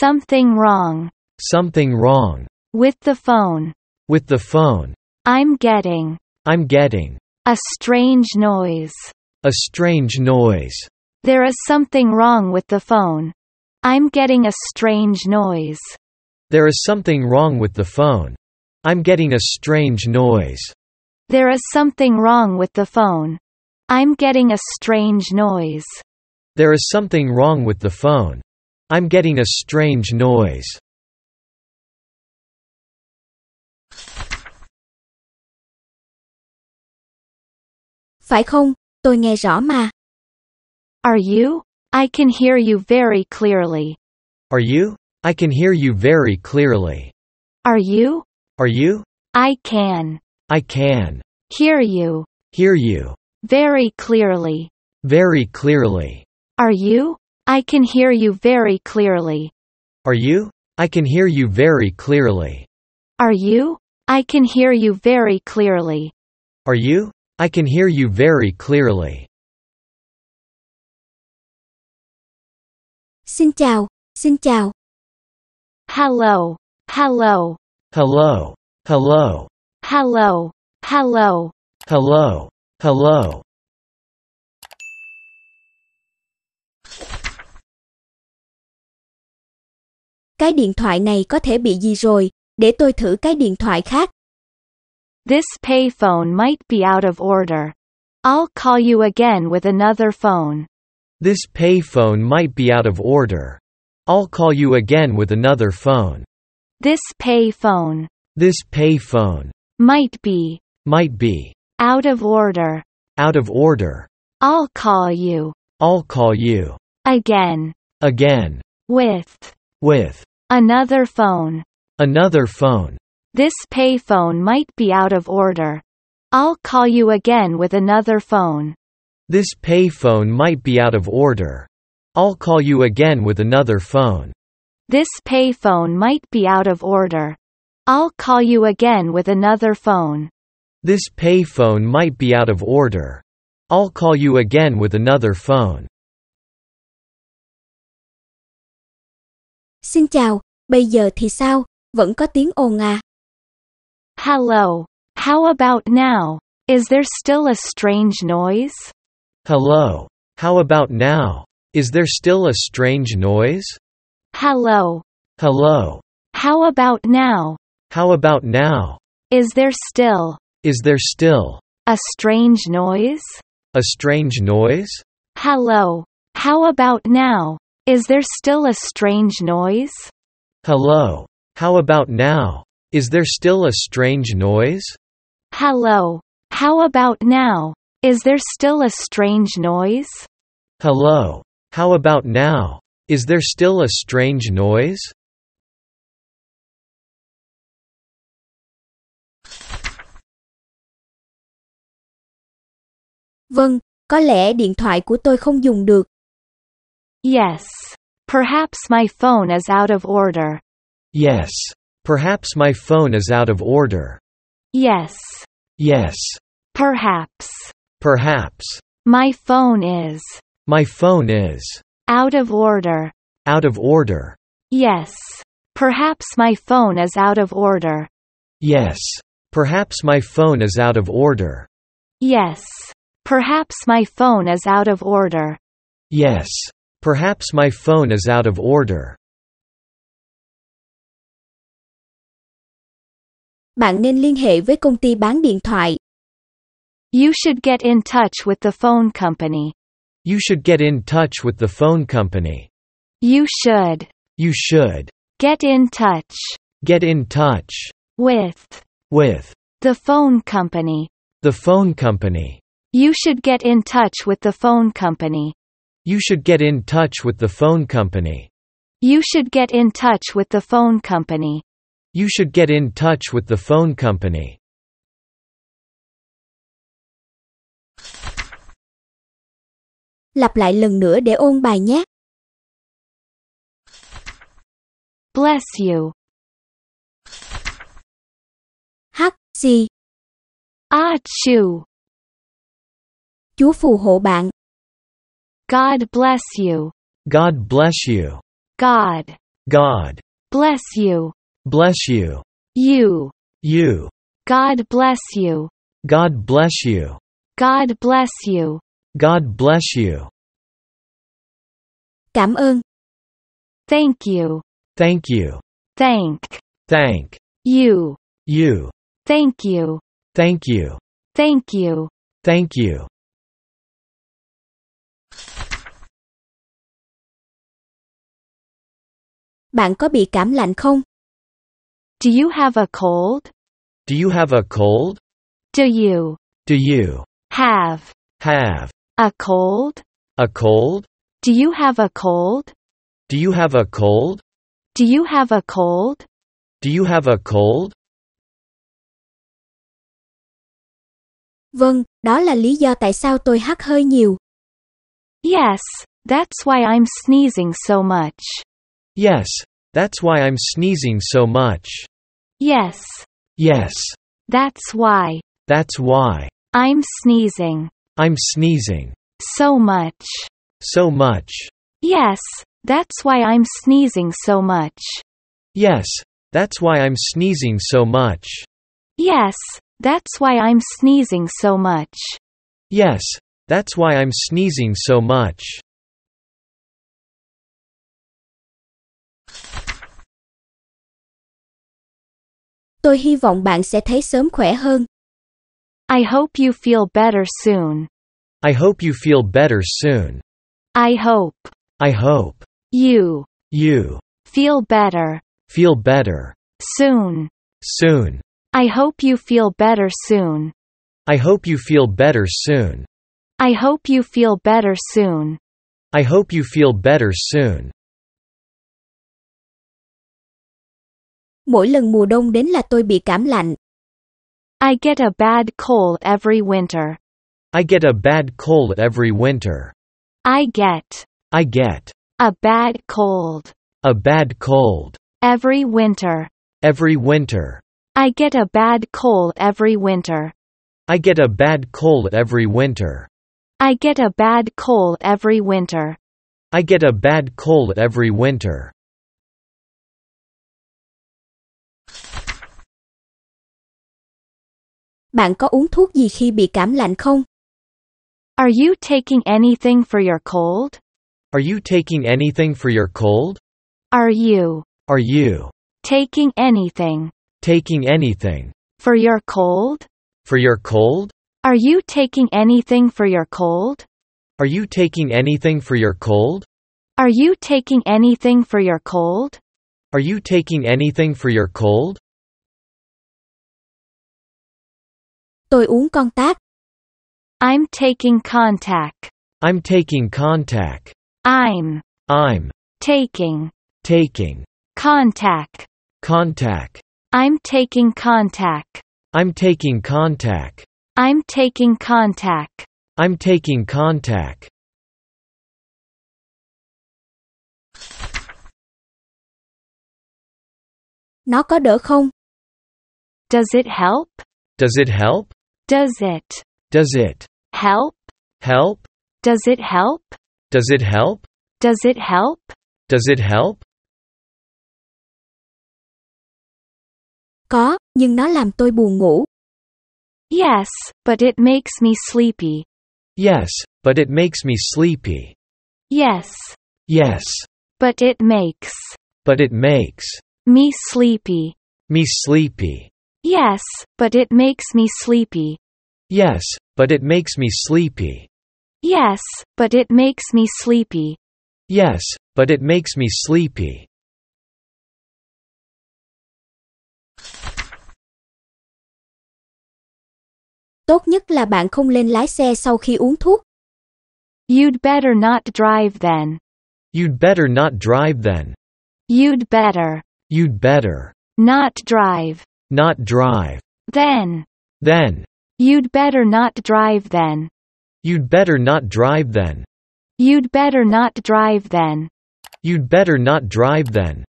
[SPEAKER 2] something wrong
[SPEAKER 3] something wrong
[SPEAKER 2] with the phone.
[SPEAKER 3] with the phone.
[SPEAKER 2] I'm getting
[SPEAKER 3] I'm getting
[SPEAKER 2] a strange noise.
[SPEAKER 3] a strange noise.
[SPEAKER 2] There is something wrong with the phone. I'm getting a strange noise.
[SPEAKER 3] There is something wrong with the phone. I'm getting a strange noise.
[SPEAKER 2] There is something wrong with the phone. I'm getting a strange noise.
[SPEAKER 3] There is something wrong with the phone. I'm getting a strange noise.
[SPEAKER 1] Phải không? Tôi nghe rõ mà.
[SPEAKER 2] Are you? I can hear you very clearly.
[SPEAKER 3] Are you? I can hear you very clearly.
[SPEAKER 2] Are you?
[SPEAKER 3] Are you?
[SPEAKER 2] I can
[SPEAKER 3] I can
[SPEAKER 2] hear you
[SPEAKER 3] hear you
[SPEAKER 2] very clearly.
[SPEAKER 3] very clearly.
[SPEAKER 2] Are you? I can hear you very clearly.
[SPEAKER 3] Are you? I can hear you very clearly.
[SPEAKER 2] Are you? I can hear you very clearly.
[SPEAKER 3] Are you? I can hear you very clearly.
[SPEAKER 1] Xin chào, xin chào.
[SPEAKER 2] Hello. Hello.
[SPEAKER 3] Hello. Hello.
[SPEAKER 2] Hello. Hello.
[SPEAKER 3] Hello. Hello.
[SPEAKER 1] Cái điện thoại này có thể bị gì rồi? Để tôi thử cái điện thoại khác.
[SPEAKER 2] This payphone might be out of order. I'll call you again with another phone.
[SPEAKER 3] This payphone might be out of order. I'll call you again with another phone.
[SPEAKER 2] This payphone
[SPEAKER 3] This payphone
[SPEAKER 2] might be
[SPEAKER 3] might be
[SPEAKER 2] out of order.
[SPEAKER 3] out of order.
[SPEAKER 2] I'll call you
[SPEAKER 3] I'll call you
[SPEAKER 2] again
[SPEAKER 3] again
[SPEAKER 2] with
[SPEAKER 3] with
[SPEAKER 2] another phone.
[SPEAKER 3] another phone.
[SPEAKER 2] This payphone might be out of order. I'll call you again with another phone.
[SPEAKER 3] This payphone might be out of order. I'll call you again with another phone.
[SPEAKER 2] This payphone might be out of order. I'll call you again with another phone.
[SPEAKER 3] This payphone might be out of order. I'll call you again with another phone.
[SPEAKER 1] Xin chào, bây giờ thì sao? Vẫn có tiếng ồn à?
[SPEAKER 2] Hello. How about now? Is there still a strange noise?
[SPEAKER 3] Hello. How about now? Is there still a strange noise?
[SPEAKER 2] Hello.
[SPEAKER 3] Hello.
[SPEAKER 2] How about now?
[SPEAKER 3] How about now?
[SPEAKER 2] Is there still
[SPEAKER 3] Is there still
[SPEAKER 2] a strange noise?
[SPEAKER 3] a strange noise?
[SPEAKER 2] Hello. How about now? Is there still a strange noise?
[SPEAKER 3] Hello. How about now? Is there still a strange noise?
[SPEAKER 2] Hello. How about now? Is there still a strange noise?
[SPEAKER 3] Hello. How about now? Is there still a strange noise?
[SPEAKER 1] Vâng, có lẽ điện thoại của tôi không dùng được.
[SPEAKER 2] Yes. Perhaps my phone is out of order.
[SPEAKER 3] Yes. Perhaps my phone is out of order.
[SPEAKER 2] Yes.
[SPEAKER 3] Yes.
[SPEAKER 2] Perhaps
[SPEAKER 3] Perhaps.
[SPEAKER 2] my phone is
[SPEAKER 3] My phone is
[SPEAKER 2] out of order.
[SPEAKER 3] out of order.
[SPEAKER 2] Yes. Perhaps my phone is out of order.
[SPEAKER 3] Yes. Perhaps my phone is out of order.
[SPEAKER 2] Yes. Perhaps my phone is out of order.
[SPEAKER 3] Yes. Perhaps my phone is out of order.
[SPEAKER 1] Bạn nên liên hệ với công ty bán điện thoại.
[SPEAKER 2] You should get in touch with the phone company.
[SPEAKER 3] You should get in touch with the phone company.
[SPEAKER 2] You should
[SPEAKER 3] You should
[SPEAKER 2] get in touch
[SPEAKER 3] get in touch
[SPEAKER 2] with
[SPEAKER 3] with
[SPEAKER 2] the phone company.
[SPEAKER 3] the phone company.
[SPEAKER 2] You should get in touch with the phone company.
[SPEAKER 3] You should get in touch with the phone company.
[SPEAKER 2] You should get in touch with the phone company.
[SPEAKER 3] You should get in touch with the phone company.
[SPEAKER 1] Lặp lại lần nữa để ôn bài nhé.
[SPEAKER 2] Bless you.
[SPEAKER 1] Hắc, gì,
[SPEAKER 2] Ah choo.
[SPEAKER 1] Chúa phù hộ bạn.
[SPEAKER 2] God bless you.
[SPEAKER 3] God bless you.
[SPEAKER 2] God
[SPEAKER 3] God
[SPEAKER 2] bless you.
[SPEAKER 3] bless you.
[SPEAKER 2] You.
[SPEAKER 3] You.
[SPEAKER 2] God bless you.
[SPEAKER 3] God bless you.
[SPEAKER 2] God bless you.
[SPEAKER 3] God bless you.
[SPEAKER 1] Cảm ơn.
[SPEAKER 2] Thank you.
[SPEAKER 3] Thank you.
[SPEAKER 2] Thank
[SPEAKER 3] Thank
[SPEAKER 2] you.
[SPEAKER 3] You.
[SPEAKER 2] Thank you.
[SPEAKER 3] Thank you.
[SPEAKER 2] Thank you.
[SPEAKER 3] Thank you.
[SPEAKER 1] Bạn có bị cảm lạnh không?
[SPEAKER 2] Do you have a cold?
[SPEAKER 3] Do you have a cold?
[SPEAKER 2] Do you
[SPEAKER 3] Do you
[SPEAKER 2] have
[SPEAKER 3] have
[SPEAKER 2] a cold?
[SPEAKER 3] a cold?
[SPEAKER 2] Do you have a cold?
[SPEAKER 3] Do you have a cold?
[SPEAKER 2] Do you have a cold?
[SPEAKER 3] Do you have a cold?
[SPEAKER 1] Vâng, đó là lý do tại sao tôi hắt hơi nhiều.
[SPEAKER 2] Yes, that's why I'm sneezing so much.
[SPEAKER 3] Yes. That's why I'm sneezing so much.
[SPEAKER 2] Yes,
[SPEAKER 3] Yes.
[SPEAKER 2] that's why
[SPEAKER 3] That's why
[SPEAKER 2] I'm sneezing
[SPEAKER 3] I'm sneezing
[SPEAKER 2] so much.
[SPEAKER 3] so much.
[SPEAKER 2] Yes, that's why I'm sneezing so much.
[SPEAKER 3] Yes. That's why I'm sneezing so much.
[SPEAKER 2] Yes, that's why I'm sneezing so much.
[SPEAKER 3] Yes. That's why I'm sneezing so much.
[SPEAKER 1] Tôi hy vọng bạn sẽ thấy sớm khỏe hơn.
[SPEAKER 2] I hope you feel better soon.
[SPEAKER 3] I hope you feel better soon.
[SPEAKER 2] I hope
[SPEAKER 3] I hope
[SPEAKER 2] you
[SPEAKER 3] you
[SPEAKER 2] feel better
[SPEAKER 3] feel better
[SPEAKER 2] soon.
[SPEAKER 3] soon.
[SPEAKER 2] I hope you feel better soon.
[SPEAKER 3] I hope you feel better soon.
[SPEAKER 2] I hope you feel better soon.
[SPEAKER 3] I hope you feel better soon.
[SPEAKER 1] Mỗi lần mùa đông đến là tôi bị cảm lạnh.
[SPEAKER 2] I get a bad cold every winter.
[SPEAKER 3] I get a bad cold every winter.
[SPEAKER 2] I get
[SPEAKER 3] I get
[SPEAKER 2] a bad cold
[SPEAKER 3] a bad cold
[SPEAKER 2] every winter.
[SPEAKER 3] every winter.
[SPEAKER 2] I get a bad cold every winter.
[SPEAKER 3] I get a bad cold every winter.
[SPEAKER 2] I get a bad cold every winter.
[SPEAKER 3] I get a bad cold every winter.
[SPEAKER 1] Bạn có uống thuốc gì khi bị cảm lạnh không?
[SPEAKER 2] Are you taking anything for your cold?
[SPEAKER 3] Are you taking anything for your cold?
[SPEAKER 2] Are you
[SPEAKER 3] Are you
[SPEAKER 2] taking anything
[SPEAKER 3] taking anything
[SPEAKER 2] for your cold?
[SPEAKER 3] for your cold?
[SPEAKER 2] Are you taking anything for your cold?
[SPEAKER 3] Are you taking anything for your cold?
[SPEAKER 2] Are you taking anything for your cold?
[SPEAKER 3] Are you taking anything for your cold?
[SPEAKER 1] Tôi uống con tác.
[SPEAKER 2] I'm taking contact.
[SPEAKER 3] I'm taking contact.
[SPEAKER 2] I'm
[SPEAKER 3] I'm
[SPEAKER 2] taking
[SPEAKER 3] taking
[SPEAKER 2] contact.
[SPEAKER 3] contact.
[SPEAKER 2] I'm taking contact.
[SPEAKER 3] I'm taking contact.
[SPEAKER 2] I'm taking contact.
[SPEAKER 3] I'm taking contact.
[SPEAKER 1] Nó có đỡ không?
[SPEAKER 2] Does it help?
[SPEAKER 3] Does it help?
[SPEAKER 2] Does it
[SPEAKER 3] Does it
[SPEAKER 2] help?
[SPEAKER 3] help?
[SPEAKER 2] Does it help?
[SPEAKER 3] Does it help?
[SPEAKER 2] Does it help?
[SPEAKER 3] Does it help?
[SPEAKER 1] Có, nhưng nó làm tôi buồn ngủ.
[SPEAKER 2] Yes, but it makes me sleepy.
[SPEAKER 3] Yes, but it makes me sleepy.
[SPEAKER 2] Yes,
[SPEAKER 3] Yes,
[SPEAKER 2] but it makes
[SPEAKER 3] but it makes
[SPEAKER 2] me sleepy.
[SPEAKER 3] me sleepy.
[SPEAKER 2] Yes, but it makes me sleepy.
[SPEAKER 3] Yes, but it makes me sleepy.
[SPEAKER 2] Yes, but it makes me sleepy.
[SPEAKER 3] Yes, but it makes me sleepy.
[SPEAKER 1] Tốt nhất là bạn không lên lái xe sau khi uống thuốc.
[SPEAKER 2] You'd better not drive then.
[SPEAKER 3] You'd better not drive then.
[SPEAKER 2] You'd better
[SPEAKER 3] You'd better
[SPEAKER 2] not drive
[SPEAKER 3] not drive
[SPEAKER 2] then.
[SPEAKER 3] then.
[SPEAKER 2] You'd better not drive then.
[SPEAKER 3] You'd better not drive then.
[SPEAKER 2] You'd better not drive then.
[SPEAKER 3] You'd better not drive then.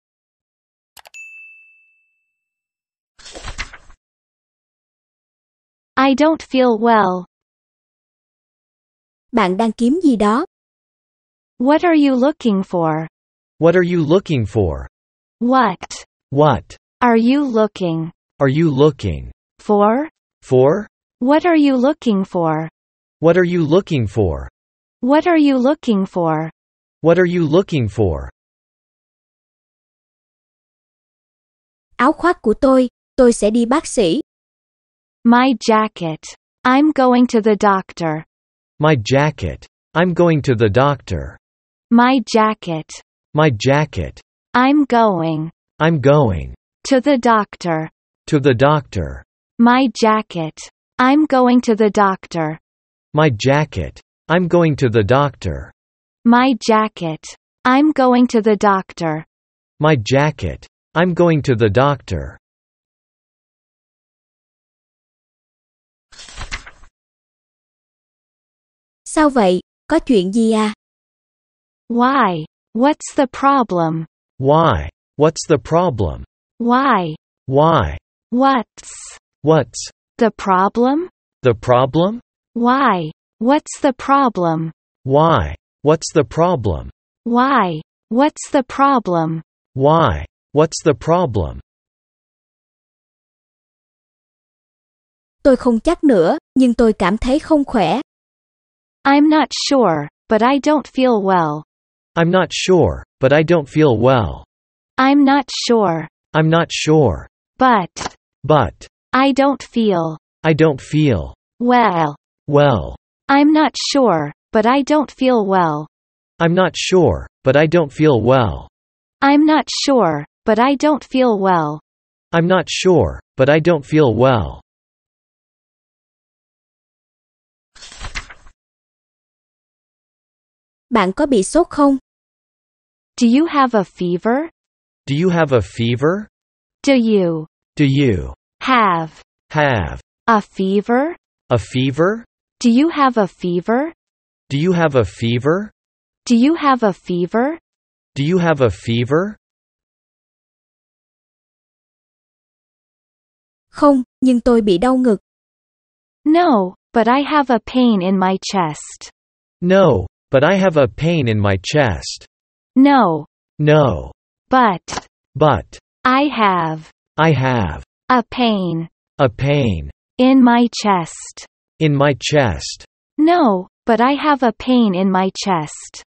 [SPEAKER 2] I don't feel well.
[SPEAKER 1] Bạn đang kiếm gì đó.
[SPEAKER 2] What are you looking for?
[SPEAKER 3] What are you looking for?
[SPEAKER 2] What
[SPEAKER 3] What
[SPEAKER 2] are you looking
[SPEAKER 3] are you looking
[SPEAKER 2] for?
[SPEAKER 3] for?
[SPEAKER 2] What are you looking for?
[SPEAKER 3] What are you looking for?
[SPEAKER 2] What are you looking for?
[SPEAKER 3] What are you looking for?
[SPEAKER 1] Áo khoác của tôi, Tôi sẽ đi bác sĩ.
[SPEAKER 2] My jacket. I'm going to the doctor.
[SPEAKER 3] My jacket. I'm going to the doctor.
[SPEAKER 2] My jacket.
[SPEAKER 3] My jacket.
[SPEAKER 2] I'm going
[SPEAKER 3] I'm going
[SPEAKER 2] to the doctor.
[SPEAKER 3] to the doctor.
[SPEAKER 2] My jacket. I'm going to the doctor.
[SPEAKER 3] My jacket. I'm going to the doctor.
[SPEAKER 2] My jacket. I'm going to the doctor.
[SPEAKER 3] My jacket. I'm going to the doctor.
[SPEAKER 1] Sao vậy? Có chuyện gì à?
[SPEAKER 2] Why? What's the problem?
[SPEAKER 3] Why? What's the problem?
[SPEAKER 2] Why?
[SPEAKER 3] Why?
[SPEAKER 2] What's
[SPEAKER 3] What's
[SPEAKER 2] the problem?
[SPEAKER 3] the problem?
[SPEAKER 2] Why? What's the problem?
[SPEAKER 3] Why? What's the problem?
[SPEAKER 2] Why? What's the problem?
[SPEAKER 3] Why? What's the problem?
[SPEAKER 1] Tôi không chắc nữa, nhưng tôi cảm thấy không khỏe.
[SPEAKER 2] I'm not sure, but I don't feel well.
[SPEAKER 3] I'm not sure, but I don't feel well.
[SPEAKER 2] I'm not sure,
[SPEAKER 3] I'm not sure,
[SPEAKER 2] but
[SPEAKER 3] but
[SPEAKER 2] I don't feel
[SPEAKER 3] I don't feel
[SPEAKER 2] well.
[SPEAKER 3] well.
[SPEAKER 2] I'm not sure, but I don't feel well.
[SPEAKER 3] I'm not sure, but I don't feel well.
[SPEAKER 2] I'm not sure, but I don't feel well.
[SPEAKER 3] I'm not sure, but I don't feel well.
[SPEAKER 1] Bạn có bị sốt không?
[SPEAKER 2] Do you have a fever?
[SPEAKER 3] Do you have a fever?
[SPEAKER 2] Do you
[SPEAKER 3] Do you
[SPEAKER 2] have
[SPEAKER 3] have
[SPEAKER 2] a fever?
[SPEAKER 3] a fever?
[SPEAKER 2] Do you have a fever?
[SPEAKER 3] Do you have a fever?
[SPEAKER 2] Do you have a fever?
[SPEAKER 3] Do you have a fever?
[SPEAKER 1] Không, nhưng tôi bị đau ngực.
[SPEAKER 2] No, but I have a pain in my chest.
[SPEAKER 3] No, but I have a pain in my chest.
[SPEAKER 2] No,
[SPEAKER 3] No,
[SPEAKER 2] but
[SPEAKER 3] but
[SPEAKER 2] I have
[SPEAKER 3] I have
[SPEAKER 2] a pain
[SPEAKER 3] a pain
[SPEAKER 2] in my chest.
[SPEAKER 3] in my chest.
[SPEAKER 2] No, but I have a pain in my chest.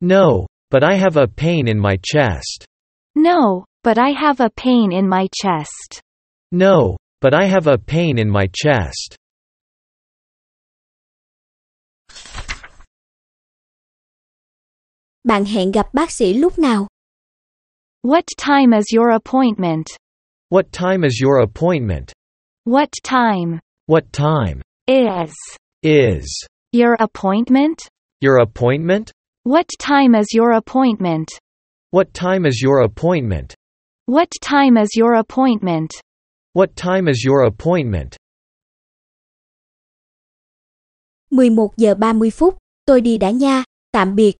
[SPEAKER 3] No, but I have a pain in my chest.
[SPEAKER 2] No, but I have a pain in my chest.
[SPEAKER 3] No, but I have a pain in my chest.
[SPEAKER 1] Bạn hẹn gặp bác sĩ lúc nào?
[SPEAKER 2] What time is your appointment?
[SPEAKER 3] What time is your appointment?
[SPEAKER 2] What time
[SPEAKER 3] What time
[SPEAKER 2] is
[SPEAKER 3] is
[SPEAKER 2] your appointment?
[SPEAKER 3] your appointment?
[SPEAKER 2] What time is your appointment?
[SPEAKER 3] What time is your appointment?
[SPEAKER 2] What time is your appointment?
[SPEAKER 3] What time is your appointment?
[SPEAKER 1] 11 giờ 30 phút, tôi đi đã nha. Tạm biệt.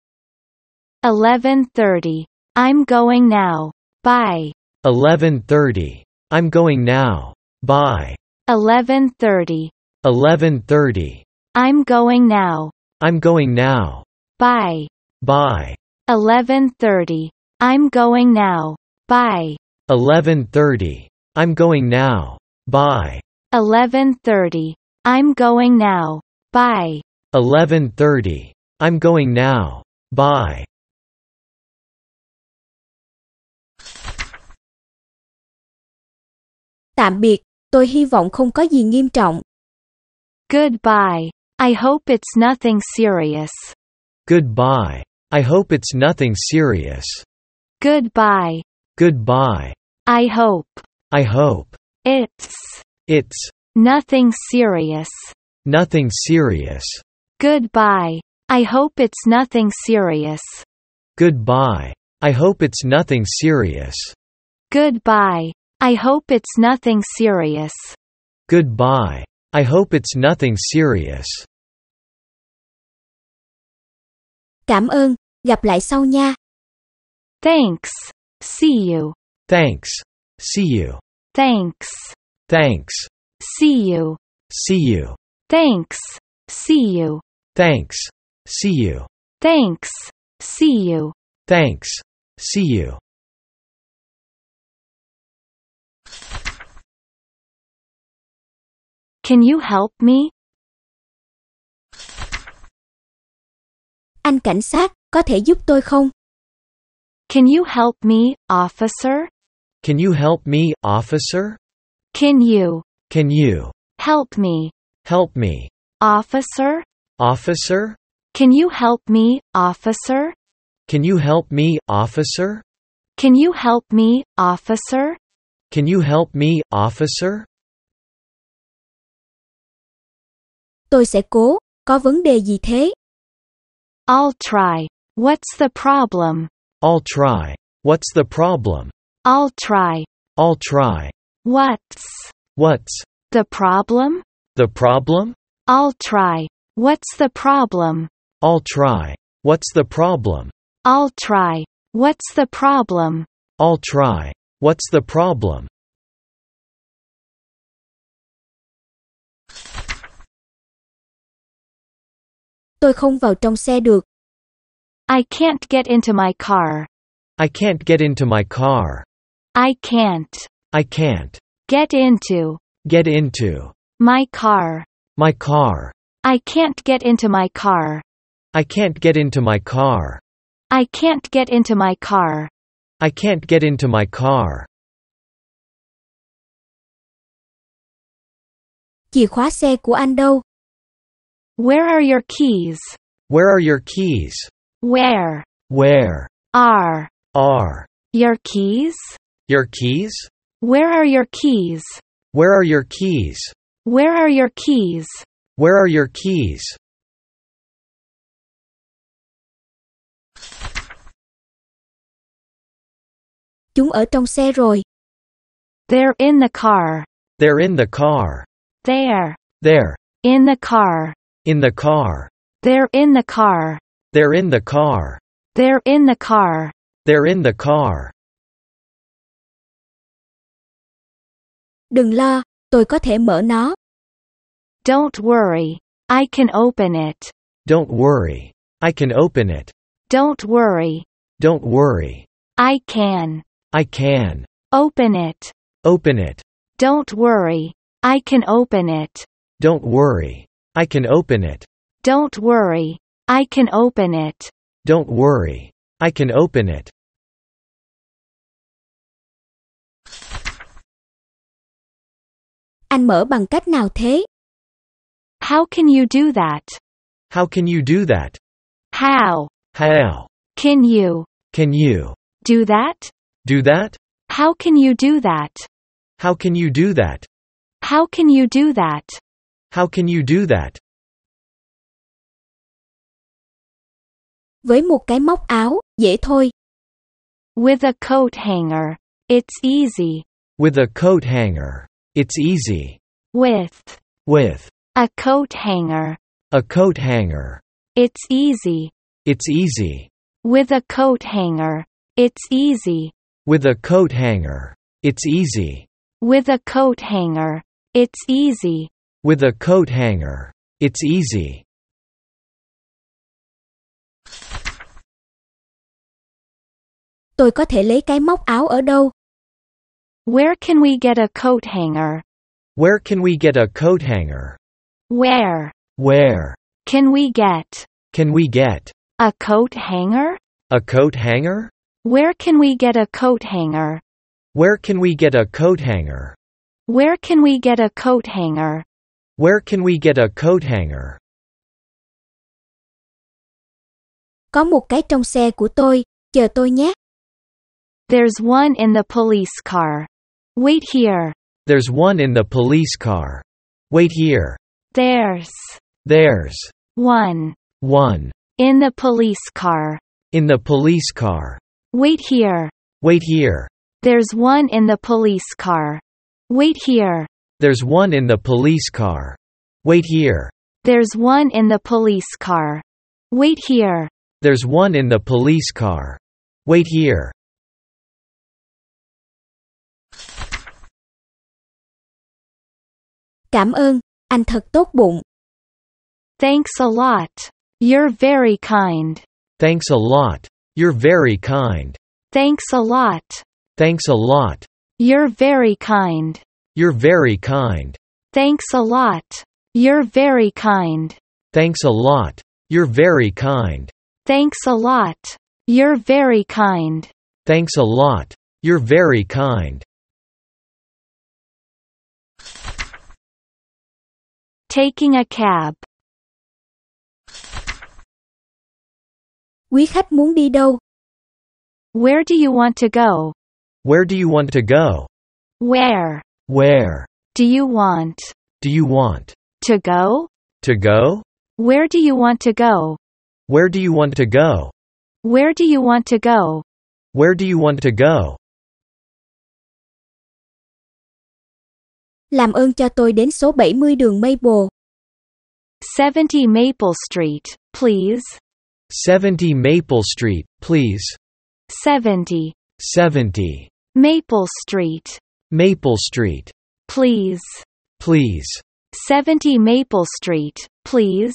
[SPEAKER 2] 11:30. I'm going now. Bye.
[SPEAKER 3] 11:30. I'm going now. Bye.
[SPEAKER 2] 11:30.
[SPEAKER 3] 11:30.
[SPEAKER 2] I'm going now.
[SPEAKER 3] I'm going now.
[SPEAKER 2] Bye.
[SPEAKER 3] Bye.
[SPEAKER 2] 11:30. I'm going now. Bye.
[SPEAKER 3] 11:30. I'm going now. Bye.
[SPEAKER 2] 11:30. I'm going now. Bye.
[SPEAKER 3] 11:30. I'm going now. Bye.
[SPEAKER 1] Tạm biệt, tôi hy vọng không có gì nghiêm trọng.
[SPEAKER 2] Goodbye. I hope it's nothing serious.
[SPEAKER 3] Goodbye. I hope it's nothing serious.
[SPEAKER 2] Goodbye.
[SPEAKER 3] Goodbye.
[SPEAKER 2] I hope
[SPEAKER 3] I hope
[SPEAKER 2] it's
[SPEAKER 3] it's
[SPEAKER 2] nothing serious.
[SPEAKER 3] nothing serious.
[SPEAKER 2] Goodbye. I hope it's nothing serious.
[SPEAKER 3] Goodbye. I hope it's nothing serious.
[SPEAKER 2] Goodbye. I hope it's nothing serious.
[SPEAKER 3] Goodbye. I hope it's nothing serious.
[SPEAKER 1] Cảm ơn, gặp lại sau nha.
[SPEAKER 2] Thanks. See you.
[SPEAKER 3] Thanks. See you.
[SPEAKER 2] Thanks.
[SPEAKER 3] Thanks.
[SPEAKER 2] See you.
[SPEAKER 3] See you.
[SPEAKER 2] Thanks. See you.
[SPEAKER 3] Thanks. See you.
[SPEAKER 2] Thanks. See you.
[SPEAKER 3] Thanks. See you.
[SPEAKER 2] Can you help me?
[SPEAKER 1] Anh cảnh sát, có thể giúp tôi không?
[SPEAKER 2] Can you help me, officer?
[SPEAKER 3] Can you help me, officer?
[SPEAKER 2] Can you
[SPEAKER 3] Can you
[SPEAKER 2] help me,
[SPEAKER 3] help me?
[SPEAKER 2] officer?
[SPEAKER 3] Officer?
[SPEAKER 2] Can you help me, officer?
[SPEAKER 3] Can you help me, officer?
[SPEAKER 2] Can you help me, officer?
[SPEAKER 3] Can you help me, officer?
[SPEAKER 1] Tôi sẽ cố, có vấn đề gì thế?
[SPEAKER 2] I'll try. What's the problem?
[SPEAKER 3] I'll try. What's the problem?
[SPEAKER 2] I'll try.
[SPEAKER 3] I'll try.
[SPEAKER 2] What's
[SPEAKER 3] What's
[SPEAKER 2] the problem?
[SPEAKER 3] the problem?
[SPEAKER 2] I'll try. What's the problem?
[SPEAKER 3] I'll try. What's the problem?
[SPEAKER 2] I'll try. What's the problem?
[SPEAKER 3] I'll try. What's the problem?
[SPEAKER 1] Tôi không vào trong xe được,
[SPEAKER 2] I can't get into my car.
[SPEAKER 3] I can't get into my car.
[SPEAKER 2] I can't
[SPEAKER 3] I can't
[SPEAKER 2] get into
[SPEAKER 3] get into
[SPEAKER 2] my car.
[SPEAKER 3] my car.
[SPEAKER 2] I can't get into my car.
[SPEAKER 3] I can't get into my car.
[SPEAKER 2] I can't get into my car.
[SPEAKER 3] I can't get into my car.
[SPEAKER 1] chìa khóa xe của anh đâu?
[SPEAKER 2] Where are your keys?
[SPEAKER 3] Where are your keys?
[SPEAKER 2] Where
[SPEAKER 3] Where
[SPEAKER 2] are
[SPEAKER 3] are
[SPEAKER 2] your keys?
[SPEAKER 3] your keys?
[SPEAKER 2] Where are your keys?
[SPEAKER 3] Where are your keys?
[SPEAKER 2] Where are your keys?
[SPEAKER 3] Where are your keys?
[SPEAKER 1] Chúng ở trong xe rồi,
[SPEAKER 2] They're in the car.
[SPEAKER 3] They're in the car.
[SPEAKER 2] They're
[SPEAKER 3] They're
[SPEAKER 2] in the car.
[SPEAKER 3] in the car.
[SPEAKER 2] They're in the car.
[SPEAKER 3] They're in the car.
[SPEAKER 2] They're in the car.
[SPEAKER 3] They're in the car.
[SPEAKER 1] đừng lo, tôi có thể mở nó.
[SPEAKER 2] Don't worry. I can open it.
[SPEAKER 3] Don't worry. I can open it.
[SPEAKER 2] Don't worry.
[SPEAKER 3] Don't worry.
[SPEAKER 2] I can
[SPEAKER 3] I can
[SPEAKER 2] open it.
[SPEAKER 3] open it.
[SPEAKER 2] Don't worry. I can open it.
[SPEAKER 3] Don't worry. I can open it.
[SPEAKER 2] Don't worry. I can open it.
[SPEAKER 3] Don't worry. I can open it.
[SPEAKER 1] Anh mở bằng cách nào thế?
[SPEAKER 2] How can you do that?
[SPEAKER 3] How can you do that?
[SPEAKER 2] How
[SPEAKER 3] How
[SPEAKER 2] can you
[SPEAKER 3] can you
[SPEAKER 2] do that?
[SPEAKER 3] do that?
[SPEAKER 2] How can you do that?
[SPEAKER 3] How can you do that?
[SPEAKER 2] How can you do that?
[SPEAKER 3] How can you do that?
[SPEAKER 1] Với một cái móc áo, dễ thôi.
[SPEAKER 2] With a coat hanger. It's easy.
[SPEAKER 3] With a coat hanger. It's easy.
[SPEAKER 2] With
[SPEAKER 3] With
[SPEAKER 2] a coat hanger.
[SPEAKER 3] a coat hanger.
[SPEAKER 2] It's easy.
[SPEAKER 3] It's easy.
[SPEAKER 2] With a coat hanger. It's easy.
[SPEAKER 3] With a coat hanger. It's easy.
[SPEAKER 2] With a coat hanger. It's easy.
[SPEAKER 3] With a coat hanger. It's easy.
[SPEAKER 1] Tôi có thể lấy cái móc áo ở đâu?
[SPEAKER 2] Where can we get a coat hanger?
[SPEAKER 3] Where can we get a coat hanger?
[SPEAKER 2] Where
[SPEAKER 3] Where
[SPEAKER 2] can we get
[SPEAKER 3] can we get
[SPEAKER 2] a coat hanger?
[SPEAKER 3] a coat hanger?
[SPEAKER 2] Where can we get a coat hanger?
[SPEAKER 3] Where can we get a coat hanger?
[SPEAKER 2] Where can we get a coat hanger?
[SPEAKER 3] Where can we get a coat hanger?
[SPEAKER 1] Có một cái trong xe của tôi, chờ tôi nhé.
[SPEAKER 2] There's one in the police car. Wait here.
[SPEAKER 3] There's one in the police car. Wait here.
[SPEAKER 2] There's
[SPEAKER 3] There's
[SPEAKER 2] one
[SPEAKER 3] one
[SPEAKER 2] in the police car.
[SPEAKER 3] in the police car.
[SPEAKER 2] Wait here.
[SPEAKER 3] Wait here.
[SPEAKER 2] There's one in the police car. Wait here.
[SPEAKER 3] There's one in the police car. Wait here.
[SPEAKER 2] There's one in the police car. Wait here.
[SPEAKER 3] There's one in the police car. Wait here.
[SPEAKER 1] Cảm ơn, anh thật tốt bụng.
[SPEAKER 2] Thanks a lot. You're very kind.
[SPEAKER 3] Thanks a lot. You're very kind.
[SPEAKER 2] Thanks a lot.
[SPEAKER 3] Thanks a lot.
[SPEAKER 2] You're very kind.
[SPEAKER 3] You're very kind.
[SPEAKER 2] Thanks a lot. You're very kind.
[SPEAKER 3] Thanks a lot. You're very kind.
[SPEAKER 2] Thanks a lot. You're very kind.
[SPEAKER 3] Thanks a lot. You're very kind.
[SPEAKER 2] Taking a cab.
[SPEAKER 1] Quý khách muốn đi đâu?
[SPEAKER 2] Where do you want to go?
[SPEAKER 3] Where do you want to go?
[SPEAKER 2] Where
[SPEAKER 3] Where
[SPEAKER 2] do you want
[SPEAKER 3] do you want
[SPEAKER 2] to go?
[SPEAKER 3] to go?
[SPEAKER 2] Where do you want to go?
[SPEAKER 3] Where do you want to go?
[SPEAKER 2] Where do you want to go?
[SPEAKER 3] Where do you want to go?
[SPEAKER 1] Làm ơn cho tôi đến số 70 đường Maple.
[SPEAKER 2] 70 Maple Street, please.
[SPEAKER 3] 70 Maple Street, please.
[SPEAKER 2] 70
[SPEAKER 3] 70
[SPEAKER 2] Maple Street,
[SPEAKER 3] Maple Street,
[SPEAKER 2] please.
[SPEAKER 3] please.
[SPEAKER 2] 70 Maple Street, please.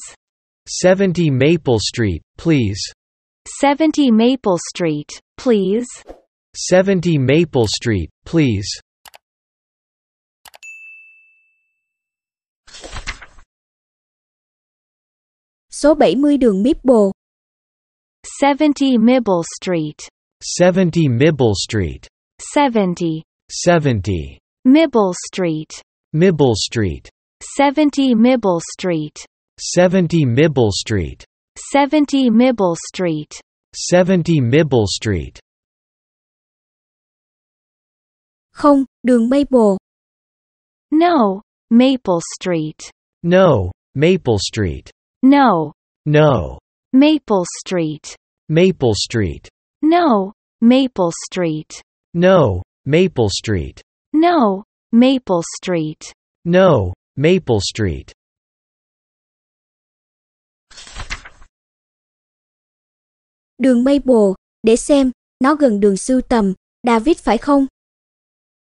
[SPEAKER 3] 70 Maple Street, please.
[SPEAKER 2] 70 Maple Street, please.
[SPEAKER 3] 70 Maple Street, please.
[SPEAKER 1] Số 70 đường Maple.
[SPEAKER 2] 70 Mibble Street,
[SPEAKER 3] 70 Mibble Street,
[SPEAKER 2] 70
[SPEAKER 3] 70
[SPEAKER 2] Mibble Street,
[SPEAKER 3] Mibble Street,
[SPEAKER 2] 70 Mibble Street,
[SPEAKER 3] 70 Mibble Street,
[SPEAKER 2] 70 Mibble Street.
[SPEAKER 3] 70 Mibble Street,
[SPEAKER 1] Không, đường Maple.
[SPEAKER 2] No, Maple Street.
[SPEAKER 3] no, Maple Street,
[SPEAKER 2] No,
[SPEAKER 3] no,
[SPEAKER 2] Maple Street.
[SPEAKER 3] Maple Street,
[SPEAKER 2] No, Maple Street.
[SPEAKER 3] no, Maple Street,
[SPEAKER 2] No, Maple Street.
[SPEAKER 3] no, Maple Street,
[SPEAKER 1] Đường Maple, để xem, nó gần đường sưu tầm, David phải không?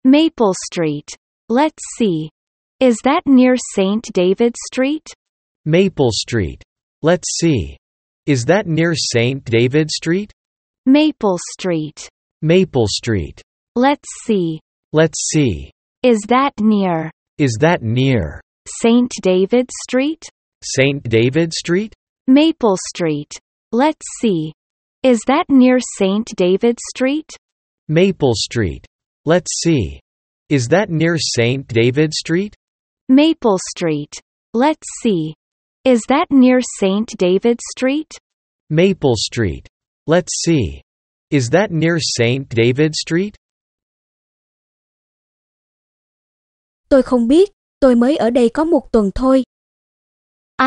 [SPEAKER 2] Maple Street. Let's see. Is that near St. David Street?
[SPEAKER 3] Maple Street. Let's see. Is that near St. David Street?
[SPEAKER 2] Maple Street.
[SPEAKER 3] Maple Street.
[SPEAKER 2] Let's see.
[SPEAKER 3] Let's see.
[SPEAKER 2] Is that near
[SPEAKER 3] Is that near
[SPEAKER 2] St. David Street?
[SPEAKER 3] St. David Street?
[SPEAKER 2] Maple Street. Let's see. Is that near St. David Street?
[SPEAKER 3] Maple Street. Let's see. Is that near St. David Street?
[SPEAKER 2] Maple Street. Let's see. Is that near St. David Street?
[SPEAKER 3] Maple Street. Let's see. Is that near St. David Street?
[SPEAKER 1] Tôi không biết, tôi mới ở đây có một tuần thôi.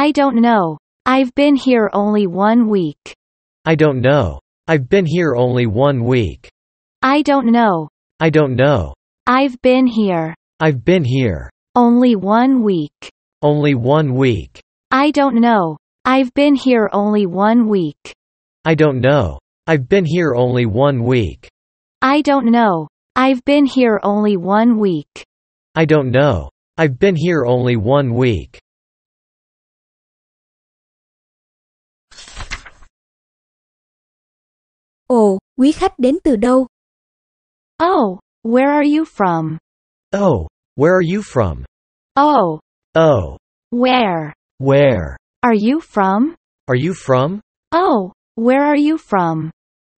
[SPEAKER 2] I don't know. I've been here only one week.
[SPEAKER 3] I don't know. I've been here only one week.
[SPEAKER 2] I don't know.
[SPEAKER 3] I don't know.
[SPEAKER 2] I've been here
[SPEAKER 3] I've been here
[SPEAKER 2] only one week.
[SPEAKER 3] only one week.
[SPEAKER 2] I don't know. I've been here only one week.
[SPEAKER 3] I don't know. I've been here only one week.
[SPEAKER 2] I don't know. I've been here only one week.
[SPEAKER 3] I don't know. I've been here only one week.
[SPEAKER 1] Ồ, quý khách đến từ đâu?
[SPEAKER 2] Oh, where are you from?
[SPEAKER 3] Oh, where are you from?
[SPEAKER 2] Oh,
[SPEAKER 3] Oh,
[SPEAKER 2] where
[SPEAKER 3] where
[SPEAKER 2] are you from?
[SPEAKER 3] are you from?
[SPEAKER 2] Oh, where are you from?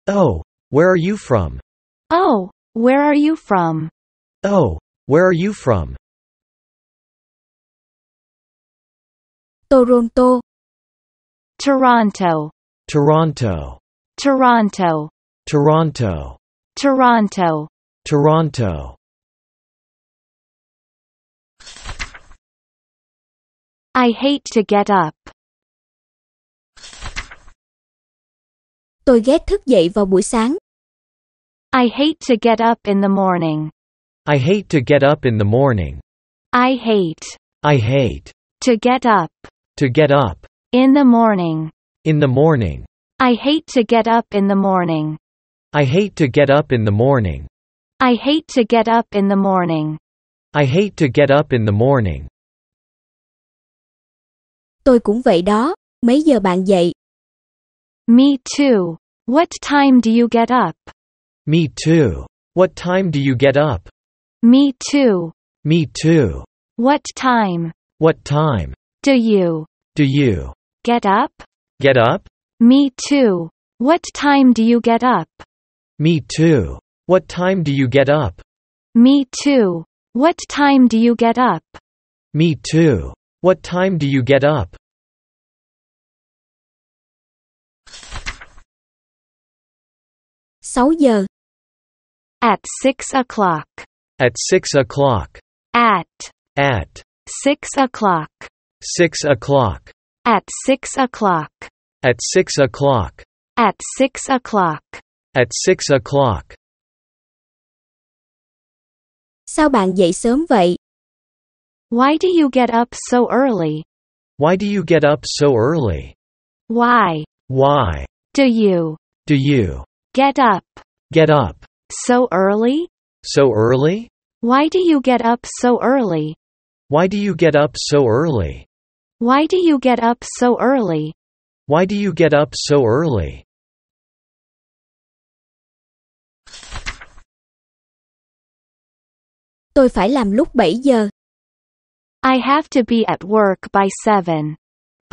[SPEAKER 3] Oh, where are you from?
[SPEAKER 2] Oh, where are you from?
[SPEAKER 3] Oh, where are you from?
[SPEAKER 1] Toronto.
[SPEAKER 2] Toronto,
[SPEAKER 3] Toronto,
[SPEAKER 2] Toronto,
[SPEAKER 3] Toronto,
[SPEAKER 2] Toronto.
[SPEAKER 3] Toronto.
[SPEAKER 2] I hate to get up.
[SPEAKER 1] Tôi ghét thức dậy vào buổi sáng.
[SPEAKER 2] I hate to get up in the morning.
[SPEAKER 3] I hate to get up in the morning.
[SPEAKER 2] I hate
[SPEAKER 3] I hate
[SPEAKER 2] to get up
[SPEAKER 3] to get up
[SPEAKER 2] in the morning.
[SPEAKER 3] in the morning.
[SPEAKER 2] I hate to get up in the morning.
[SPEAKER 3] I hate to get up in the morning.
[SPEAKER 2] I hate to get up in the morning.
[SPEAKER 3] I hate to get up in the morning.
[SPEAKER 1] Tôi cũng vậy đó. Mấy giờ bạn dậy?
[SPEAKER 2] Me too. What time do you get up?
[SPEAKER 3] Me too. What time do you get up?
[SPEAKER 2] Me too.
[SPEAKER 3] Me too.
[SPEAKER 2] What time
[SPEAKER 3] What time
[SPEAKER 2] do you
[SPEAKER 3] do you
[SPEAKER 2] get up?
[SPEAKER 3] get up?
[SPEAKER 2] Me too. What time do you get up?
[SPEAKER 3] Me too. What time do you get up?
[SPEAKER 2] Me too. What time do you get up?
[SPEAKER 3] Me too. What time do you get up?
[SPEAKER 1] Sáu giờ,
[SPEAKER 2] At 6 o'clock.
[SPEAKER 3] At 6 o'clock.
[SPEAKER 2] At
[SPEAKER 3] At
[SPEAKER 2] 6 o'clock.
[SPEAKER 3] 6 o'clock.
[SPEAKER 2] At 6 o'clock.
[SPEAKER 3] At 6 o'clock.
[SPEAKER 2] At 6 o'clock.
[SPEAKER 3] At 6 o'clock.
[SPEAKER 1] sao bạn dậy sớm vậy?
[SPEAKER 2] Why do you get up so early?
[SPEAKER 3] Why do you get up so early?
[SPEAKER 2] Why
[SPEAKER 3] Why
[SPEAKER 2] do you
[SPEAKER 3] do you
[SPEAKER 2] get up
[SPEAKER 3] get up
[SPEAKER 2] so early?
[SPEAKER 3] so early?
[SPEAKER 2] Why do you get up so early?
[SPEAKER 3] Why do you get up so early?
[SPEAKER 2] Why do you get up so early?
[SPEAKER 3] Why do you get up so early?
[SPEAKER 1] Tôi phải làm lúc 7 giờ.
[SPEAKER 2] I have to be at work by 7.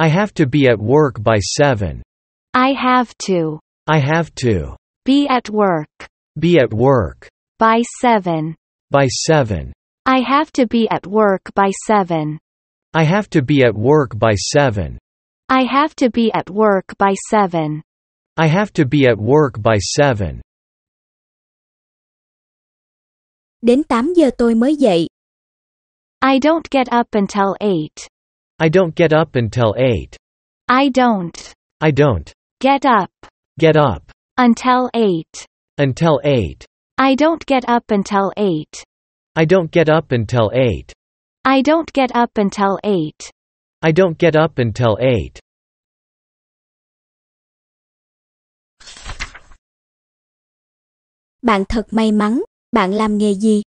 [SPEAKER 3] I have to be at work by 7.
[SPEAKER 2] I have to
[SPEAKER 3] I have to
[SPEAKER 2] be at work
[SPEAKER 3] be at work
[SPEAKER 2] by 7.
[SPEAKER 3] by 7.
[SPEAKER 2] I have to be at work by 7.
[SPEAKER 3] I have to be at work by 7.
[SPEAKER 2] I have to be at work by 7.
[SPEAKER 3] I have to be at work by 7.
[SPEAKER 1] Đến 8 giờ tôi mới dậy.
[SPEAKER 2] I don't get up until 8.
[SPEAKER 3] I don't get up until 8.
[SPEAKER 2] I don't
[SPEAKER 3] I don't
[SPEAKER 2] get up
[SPEAKER 3] get up
[SPEAKER 2] until 8.
[SPEAKER 3] until 8.
[SPEAKER 2] I don't get up until 8.
[SPEAKER 3] I don't get up until 8.
[SPEAKER 2] I don't get up until 8.
[SPEAKER 3] I don't get up until 8.
[SPEAKER 1] Bạn thật may mắn. Bạn làm nghề gì?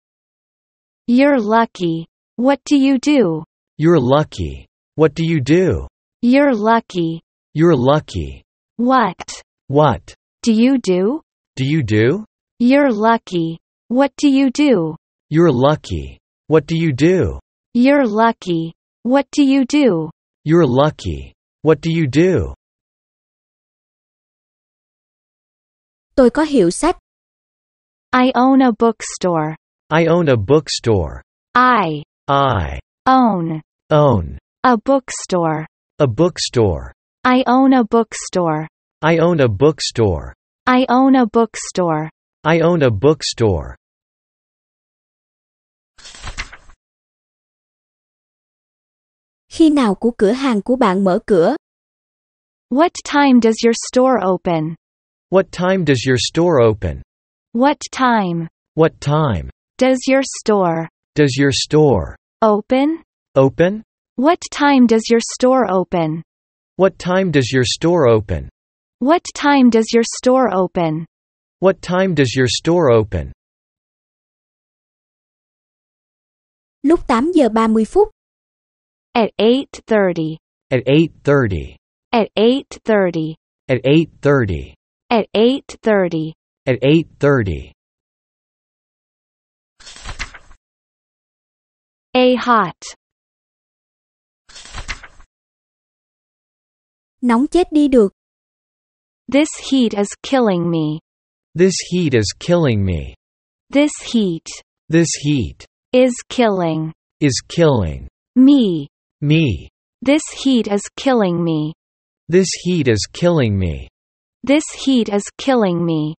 [SPEAKER 2] You're lucky. What do you do?
[SPEAKER 3] You're lucky. What do you do?
[SPEAKER 2] You're lucky.
[SPEAKER 3] You're lucky.
[SPEAKER 2] What
[SPEAKER 3] What
[SPEAKER 2] do you do?
[SPEAKER 3] do you do?
[SPEAKER 2] You're lucky. What do you do?
[SPEAKER 3] You're lucky. What do you do?
[SPEAKER 2] You're lucky. What do you do?
[SPEAKER 3] You're lucky. What do you do?
[SPEAKER 1] Tôi có hiệu sách.
[SPEAKER 2] I own a bookstore.
[SPEAKER 3] I own a bookstore.
[SPEAKER 2] I
[SPEAKER 3] I
[SPEAKER 2] own
[SPEAKER 3] own
[SPEAKER 2] a bookstore.
[SPEAKER 3] a bookstore.
[SPEAKER 2] I own a bookstore.
[SPEAKER 3] I own a bookstore.
[SPEAKER 2] I own a bookstore.
[SPEAKER 3] I own a bookstore.
[SPEAKER 1] Khi nào của cửa hàng của bạn mở cửa?
[SPEAKER 2] What time does your store open?
[SPEAKER 3] What time does your store open?
[SPEAKER 2] What time
[SPEAKER 3] What time
[SPEAKER 2] does your store
[SPEAKER 3] does your store
[SPEAKER 2] open?
[SPEAKER 3] open?
[SPEAKER 2] What time does your store open?
[SPEAKER 3] What time does your store open?
[SPEAKER 2] What time does your store open?
[SPEAKER 3] What time does your store open?
[SPEAKER 1] Lúc 8 giờ 30 phút.
[SPEAKER 2] At 8:30.
[SPEAKER 3] At 8:30.
[SPEAKER 2] At 8:30.
[SPEAKER 3] At 8:30.
[SPEAKER 2] At 8:30.
[SPEAKER 3] At 8:30.
[SPEAKER 2] A hot.
[SPEAKER 1] Nóng chết đi được.
[SPEAKER 2] This heat is killing me.
[SPEAKER 3] This heat is killing me.
[SPEAKER 2] This heat
[SPEAKER 3] This heat
[SPEAKER 2] is killing
[SPEAKER 3] is killing
[SPEAKER 2] me.
[SPEAKER 3] me.
[SPEAKER 2] This heat is killing me.
[SPEAKER 3] This heat is killing me.
[SPEAKER 2] This heat is killing me.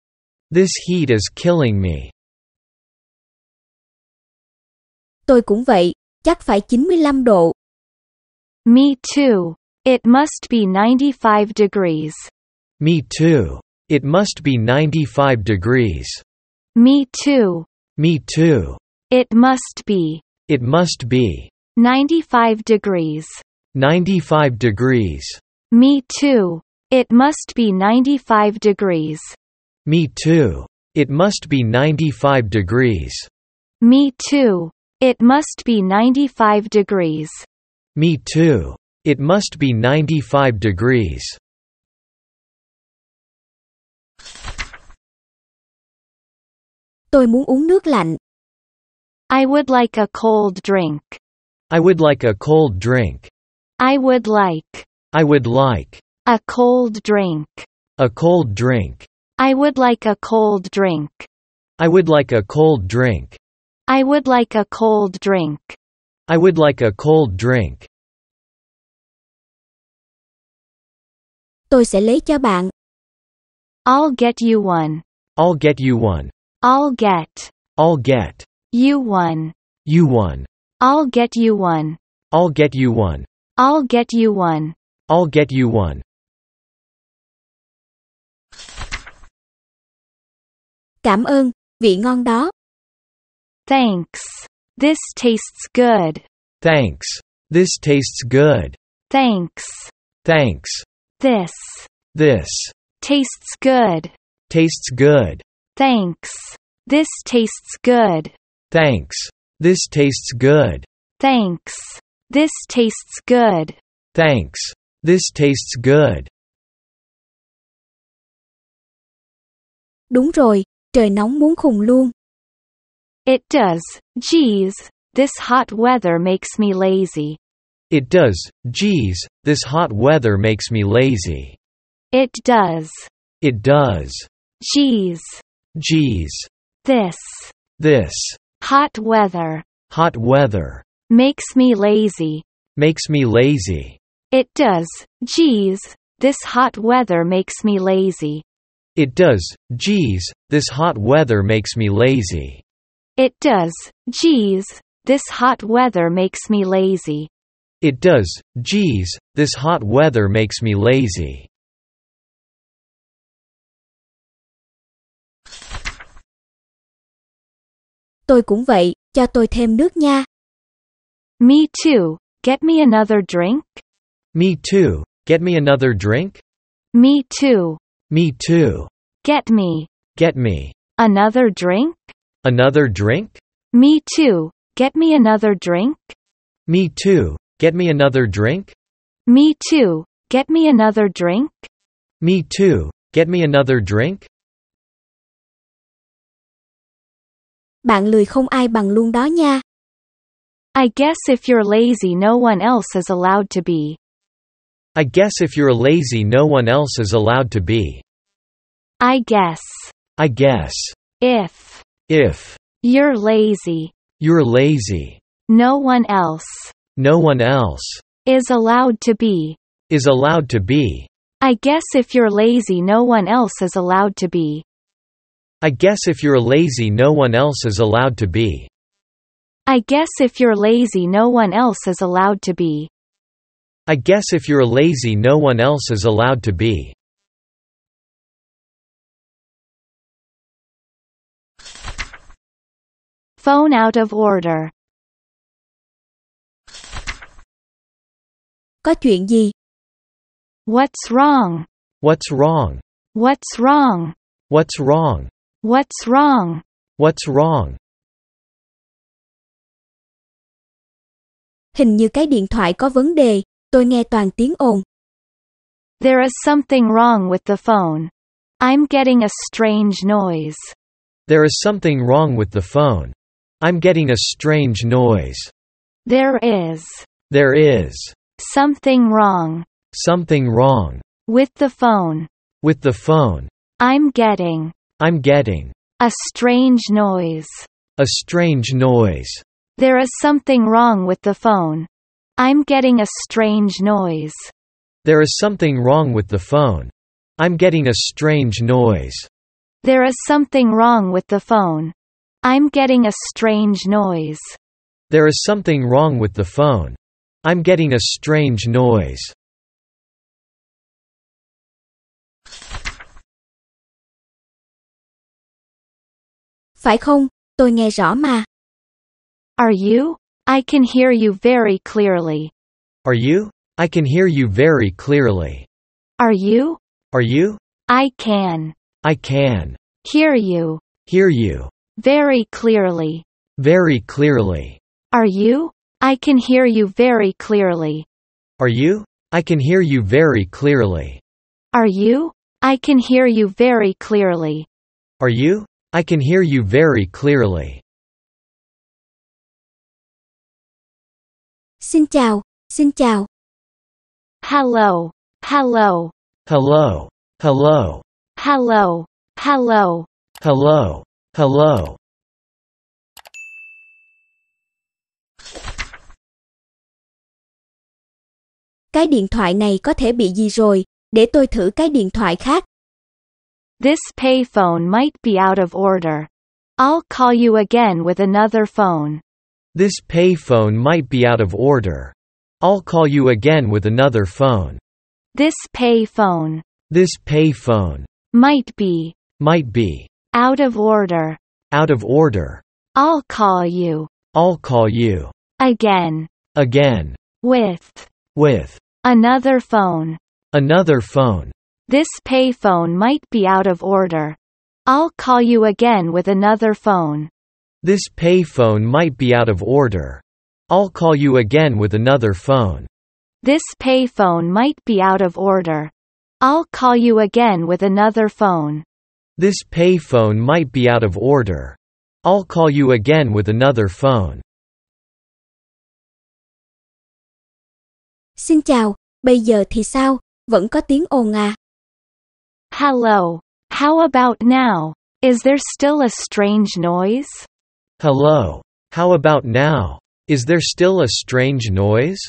[SPEAKER 3] This heat is killing me.
[SPEAKER 1] Tôi cũng vậy. Chắc phải 95 độ.
[SPEAKER 2] Me too. It must be 95 degrees.
[SPEAKER 3] Me too. It must be 95 degrees.
[SPEAKER 2] Me too.
[SPEAKER 3] Me too.
[SPEAKER 2] It must be
[SPEAKER 3] It must be
[SPEAKER 2] 95 degrees.
[SPEAKER 3] 95 degrees.
[SPEAKER 2] Me too. It must be 95 degrees.
[SPEAKER 3] Me too. It must be 95 degrees.
[SPEAKER 2] Me too. It must be 95 degrees.
[SPEAKER 3] Me too. It must be 95 degrees.
[SPEAKER 1] Tôi muốn uống nước lạnh.
[SPEAKER 2] I would like a cold drink.
[SPEAKER 3] I would like a cold drink.
[SPEAKER 2] I would like
[SPEAKER 3] I would like
[SPEAKER 2] a cold drink.
[SPEAKER 3] a cold drink.
[SPEAKER 2] I would like a cold drink.
[SPEAKER 3] I would like a cold drink.
[SPEAKER 2] I would like a cold drink.
[SPEAKER 3] I would like a cold drink.
[SPEAKER 1] Tôi sẽ lấy cho bạn.
[SPEAKER 2] I'll get you one.
[SPEAKER 3] I'll get you one.
[SPEAKER 2] I'll get
[SPEAKER 3] I'll get
[SPEAKER 2] you one.
[SPEAKER 3] you one.
[SPEAKER 2] I'll get you one.
[SPEAKER 3] I'll get you one.
[SPEAKER 2] I'll get you one.
[SPEAKER 3] I'll get you one.
[SPEAKER 1] Cảm ơn, vị ngon đó.
[SPEAKER 2] Thanks. This tastes good.
[SPEAKER 3] Thanks. This tastes good.
[SPEAKER 2] Thanks.
[SPEAKER 3] Thanks.
[SPEAKER 2] This
[SPEAKER 3] This
[SPEAKER 2] tastes good.
[SPEAKER 3] tastes good.
[SPEAKER 2] Thanks. This tastes good.
[SPEAKER 3] Thanks. This tastes good.
[SPEAKER 2] Thanks. This tastes good.
[SPEAKER 3] Thanks. This tastes good.
[SPEAKER 1] Đúng rồi, trời nóng muốn khùng luôn.
[SPEAKER 2] It does. Geez, this hot weather makes me lazy.
[SPEAKER 3] It does. Geez, this hot weather makes me lazy.
[SPEAKER 2] It does.
[SPEAKER 3] It does.
[SPEAKER 2] Geez,
[SPEAKER 3] Geez.
[SPEAKER 2] this
[SPEAKER 3] This
[SPEAKER 2] hot weather
[SPEAKER 3] hot weather
[SPEAKER 2] makes me lazy.
[SPEAKER 3] makes me lazy.
[SPEAKER 2] It does. Geez, this hot weather makes me lazy.
[SPEAKER 3] It does. Geez, this hot weather makes me lazy.
[SPEAKER 2] It does. Geez, this hot weather makes me lazy.
[SPEAKER 3] It does. Geez, this hot weather makes me lazy.
[SPEAKER 1] Tôi cũng vậy, cho tôi thêm nước nha.
[SPEAKER 2] Me too. Get me another drink.
[SPEAKER 3] Me too. Get me another drink?
[SPEAKER 2] Me too.
[SPEAKER 3] Me too.
[SPEAKER 2] Get me
[SPEAKER 3] Get me
[SPEAKER 2] another drink.
[SPEAKER 3] another drink?
[SPEAKER 2] Me too. Get me another drink.
[SPEAKER 3] Me too. Get me another drink?
[SPEAKER 2] Me too. Get me another drink.
[SPEAKER 3] Me too. Get me another drink?
[SPEAKER 1] Bạn lười không ai bằng luôn đó nha.
[SPEAKER 2] I guess if you're lazy, no one else is allowed to be.
[SPEAKER 3] I guess if you're lazy, no one else is allowed to be.
[SPEAKER 2] I guess.
[SPEAKER 3] I guess.
[SPEAKER 2] If
[SPEAKER 3] If
[SPEAKER 2] you're lazy,
[SPEAKER 3] you're lazy,
[SPEAKER 2] no one else
[SPEAKER 3] no one else
[SPEAKER 2] is allowed to be.
[SPEAKER 3] is allowed to be.
[SPEAKER 2] I guess if you're lazy, no one else is allowed to be.
[SPEAKER 3] I guess if you're lazy, no one else is allowed to be.
[SPEAKER 2] I guess if you're lazy, no one else is allowed to be.
[SPEAKER 3] I guess if you're lazy, no one else is allowed to be.
[SPEAKER 2] Phone out of order.
[SPEAKER 1] Có chuyện gì?
[SPEAKER 2] What's wrong?
[SPEAKER 3] What's wrong?
[SPEAKER 2] What's wrong?
[SPEAKER 3] What's wrong?
[SPEAKER 2] What's wrong?
[SPEAKER 3] What's wrong?
[SPEAKER 1] Hình như cái điện thoại có vấn đề, tôi nghe toàn tiếng ồn.
[SPEAKER 2] There is something wrong with the phone. I'm getting a strange noise.
[SPEAKER 3] There is something wrong with the phone. I'm getting a strange noise.
[SPEAKER 2] There is
[SPEAKER 3] There is
[SPEAKER 2] something wrong
[SPEAKER 3] something wrong
[SPEAKER 2] with the phone.
[SPEAKER 3] with the phone.
[SPEAKER 2] I'm getting
[SPEAKER 3] I'm getting
[SPEAKER 2] a strange noise.
[SPEAKER 3] a strange noise.
[SPEAKER 2] There is something wrong with the phone. I'm getting a strange noise.
[SPEAKER 3] There is something wrong with the phone. I'm getting a strange noise.
[SPEAKER 2] There is something wrong with the phone. I'm getting a strange noise.
[SPEAKER 3] There is something wrong with the phone. I'm getting a strange noise.
[SPEAKER 1] Phải không? Tôi nghe rõ mà.
[SPEAKER 2] Are you? I can hear you very clearly.
[SPEAKER 3] Are you? I can hear you very clearly.
[SPEAKER 2] Are you?
[SPEAKER 3] Are you?
[SPEAKER 2] I can
[SPEAKER 3] I can
[SPEAKER 2] hear you
[SPEAKER 3] hear you
[SPEAKER 2] very clearly.
[SPEAKER 3] very clearly.
[SPEAKER 2] Are you? I can hear you very clearly.
[SPEAKER 3] Are you? I can hear you very clearly.
[SPEAKER 2] Are you? I can hear you very clearly.
[SPEAKER 3] Are you? I can hear you very clearly.
[SPEAKER 1] Xin chào, xin chào.
[SPEAKER 2] Hello. Hello.
[SPEAKER 3] Hello. Hello.
[SPEAKER 2] Hello. Hello.
[SPEAKER 3] Hello. Hello.
[SPEAKER 1] Cái điện thoại này có thể bị gì rồi? Để tôi thử cái điện thoại khác.
[SPEAKER 2] This payphone might be out of order. I'll call you again with another phone.
[SPEAKER 3] This payphone might be out of order. I'll call you again with another phone.
[SPEAKER 2] This payphone
[SPEAKER 3] This payphone
[SPEAKER 2] might be
[SPEAKER 3] might be
[SPEAKER 2] out of order.
[SPEAKER 3] out of order.
[SPEAKER 2] I'll call you
[SPEAKER 3] I'll call you
[SPEAKER 2] again
[SPEAKER 3] again
[SPEAKER 2] with
[SPEAKER 3] with
[SPEAKER 2] another phone.
[SPEAKER 3] another phone.
[SPEAKER 2] This payphone might be out of order. I'll call you again with another phone.
[SPEAKER 3] This payphone might be out of order. I'll call you again with another phone.
[SPEAKER 2] This payphone might be out of order. I'll call you again with another phone.
[SPEAKER 3] This payphone might be out of order. I'll call you again with another phone.
[SPEAKER 1] Xin chào, bây giờ thì sao? Vẫn có tiếng ồn à?
[SPEAKER 2] Hello. How about now? Is there still a strange noise?
[SPEAKER 3] Hello. How about now? Is there still a strange noise?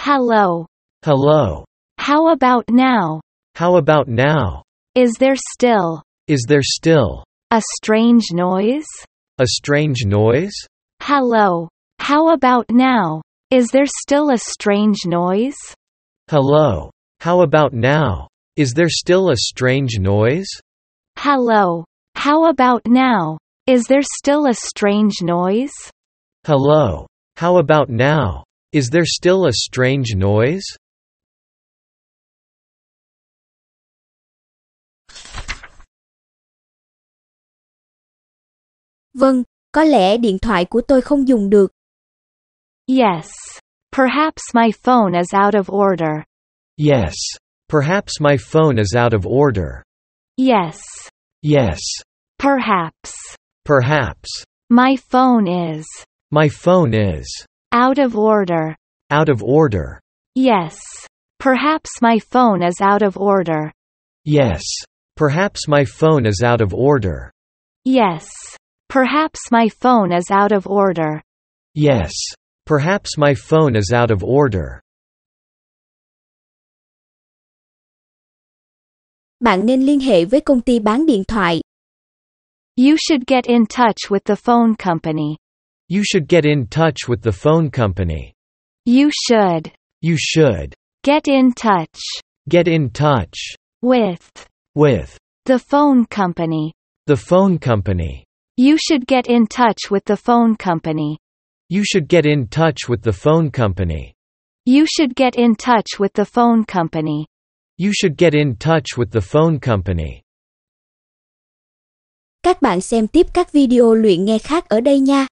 [SPEAKER 2] Hello.
[SPEAKER 3] Hello.
[SPEAKER 2] How about now?
[SPEAKER 3] How about now?
[SPEAKER 2] Is there still
[SPEAKER 3] Is there still
[SPEAKER 2] a strange noise?
[SPEAKER 3] a strange noise?
[SPEAKER 2] Hello. How about now? Is there still a strange noise?
[SPEAKER 3] Hello. How about now? Is there still a strange noise?
[SPEAKER 2] Hello. How about now? Is there still a strange noise?
[SPEAKER 3] Hello. How about now? Is there still a strange noise?
[SPEAKER 1] Vâng, có lẽ điện thoại của tôi không dùng được.
[SPEAKER 2] Yes. Perhaps my phone is out of order.
[SPEAKER 3] Yes. Perhaps my phone is out of order.
[SPEAKER 2] Yes.
[SPEAKER 3] Yes.
[SPEAKER 2] Perhaps.
[SPEAKER 3] Perhaps.
[SPEAKER 2] My phone is
[SPEAKER 3] My phone is
[SPEAKER 2] out of order.
[SPEAKER 3] out of order.
[SPEAKER 2] Yes. Perhaps my phone is out of order.
[SPEAKER 3] Yes. Perhaps my phone is out of order.
[SPEAKER 2] Yes. Perhaps my phone is out of order.
[SPEAKER 3] Yes. Perhaps my phone is out of order.
[SPEAKER 1] Bạn nên liên hệ với công ty bán điện thoại.
[SPEAKER 2] You should get in touch with the phone company.
[SPEAKER 3] You should get in touch with the phone company.
[SPEAKER 2] You should
[SPEAKER 3] You should
[SPEAKER 2] get in touch
[SPEAKER 3] get in touch
[SPEAKER 2] with
[SPEAKER 3] with
[SPEAKER 2] the phone company.
[SPEAKER 3] the phone company.
[SPEAKER 2] You should get in touch with the phone company.
[SPEAKER 3] You should get in touch with the phone company.
[SPEAKER 2] You should get in touch with the phone company.
[SPEAKER 3] You should get in touch with the phone company.
[SPEAKER 1] Các bạn xem tiếp các video luyện nghe khác ở đây nha.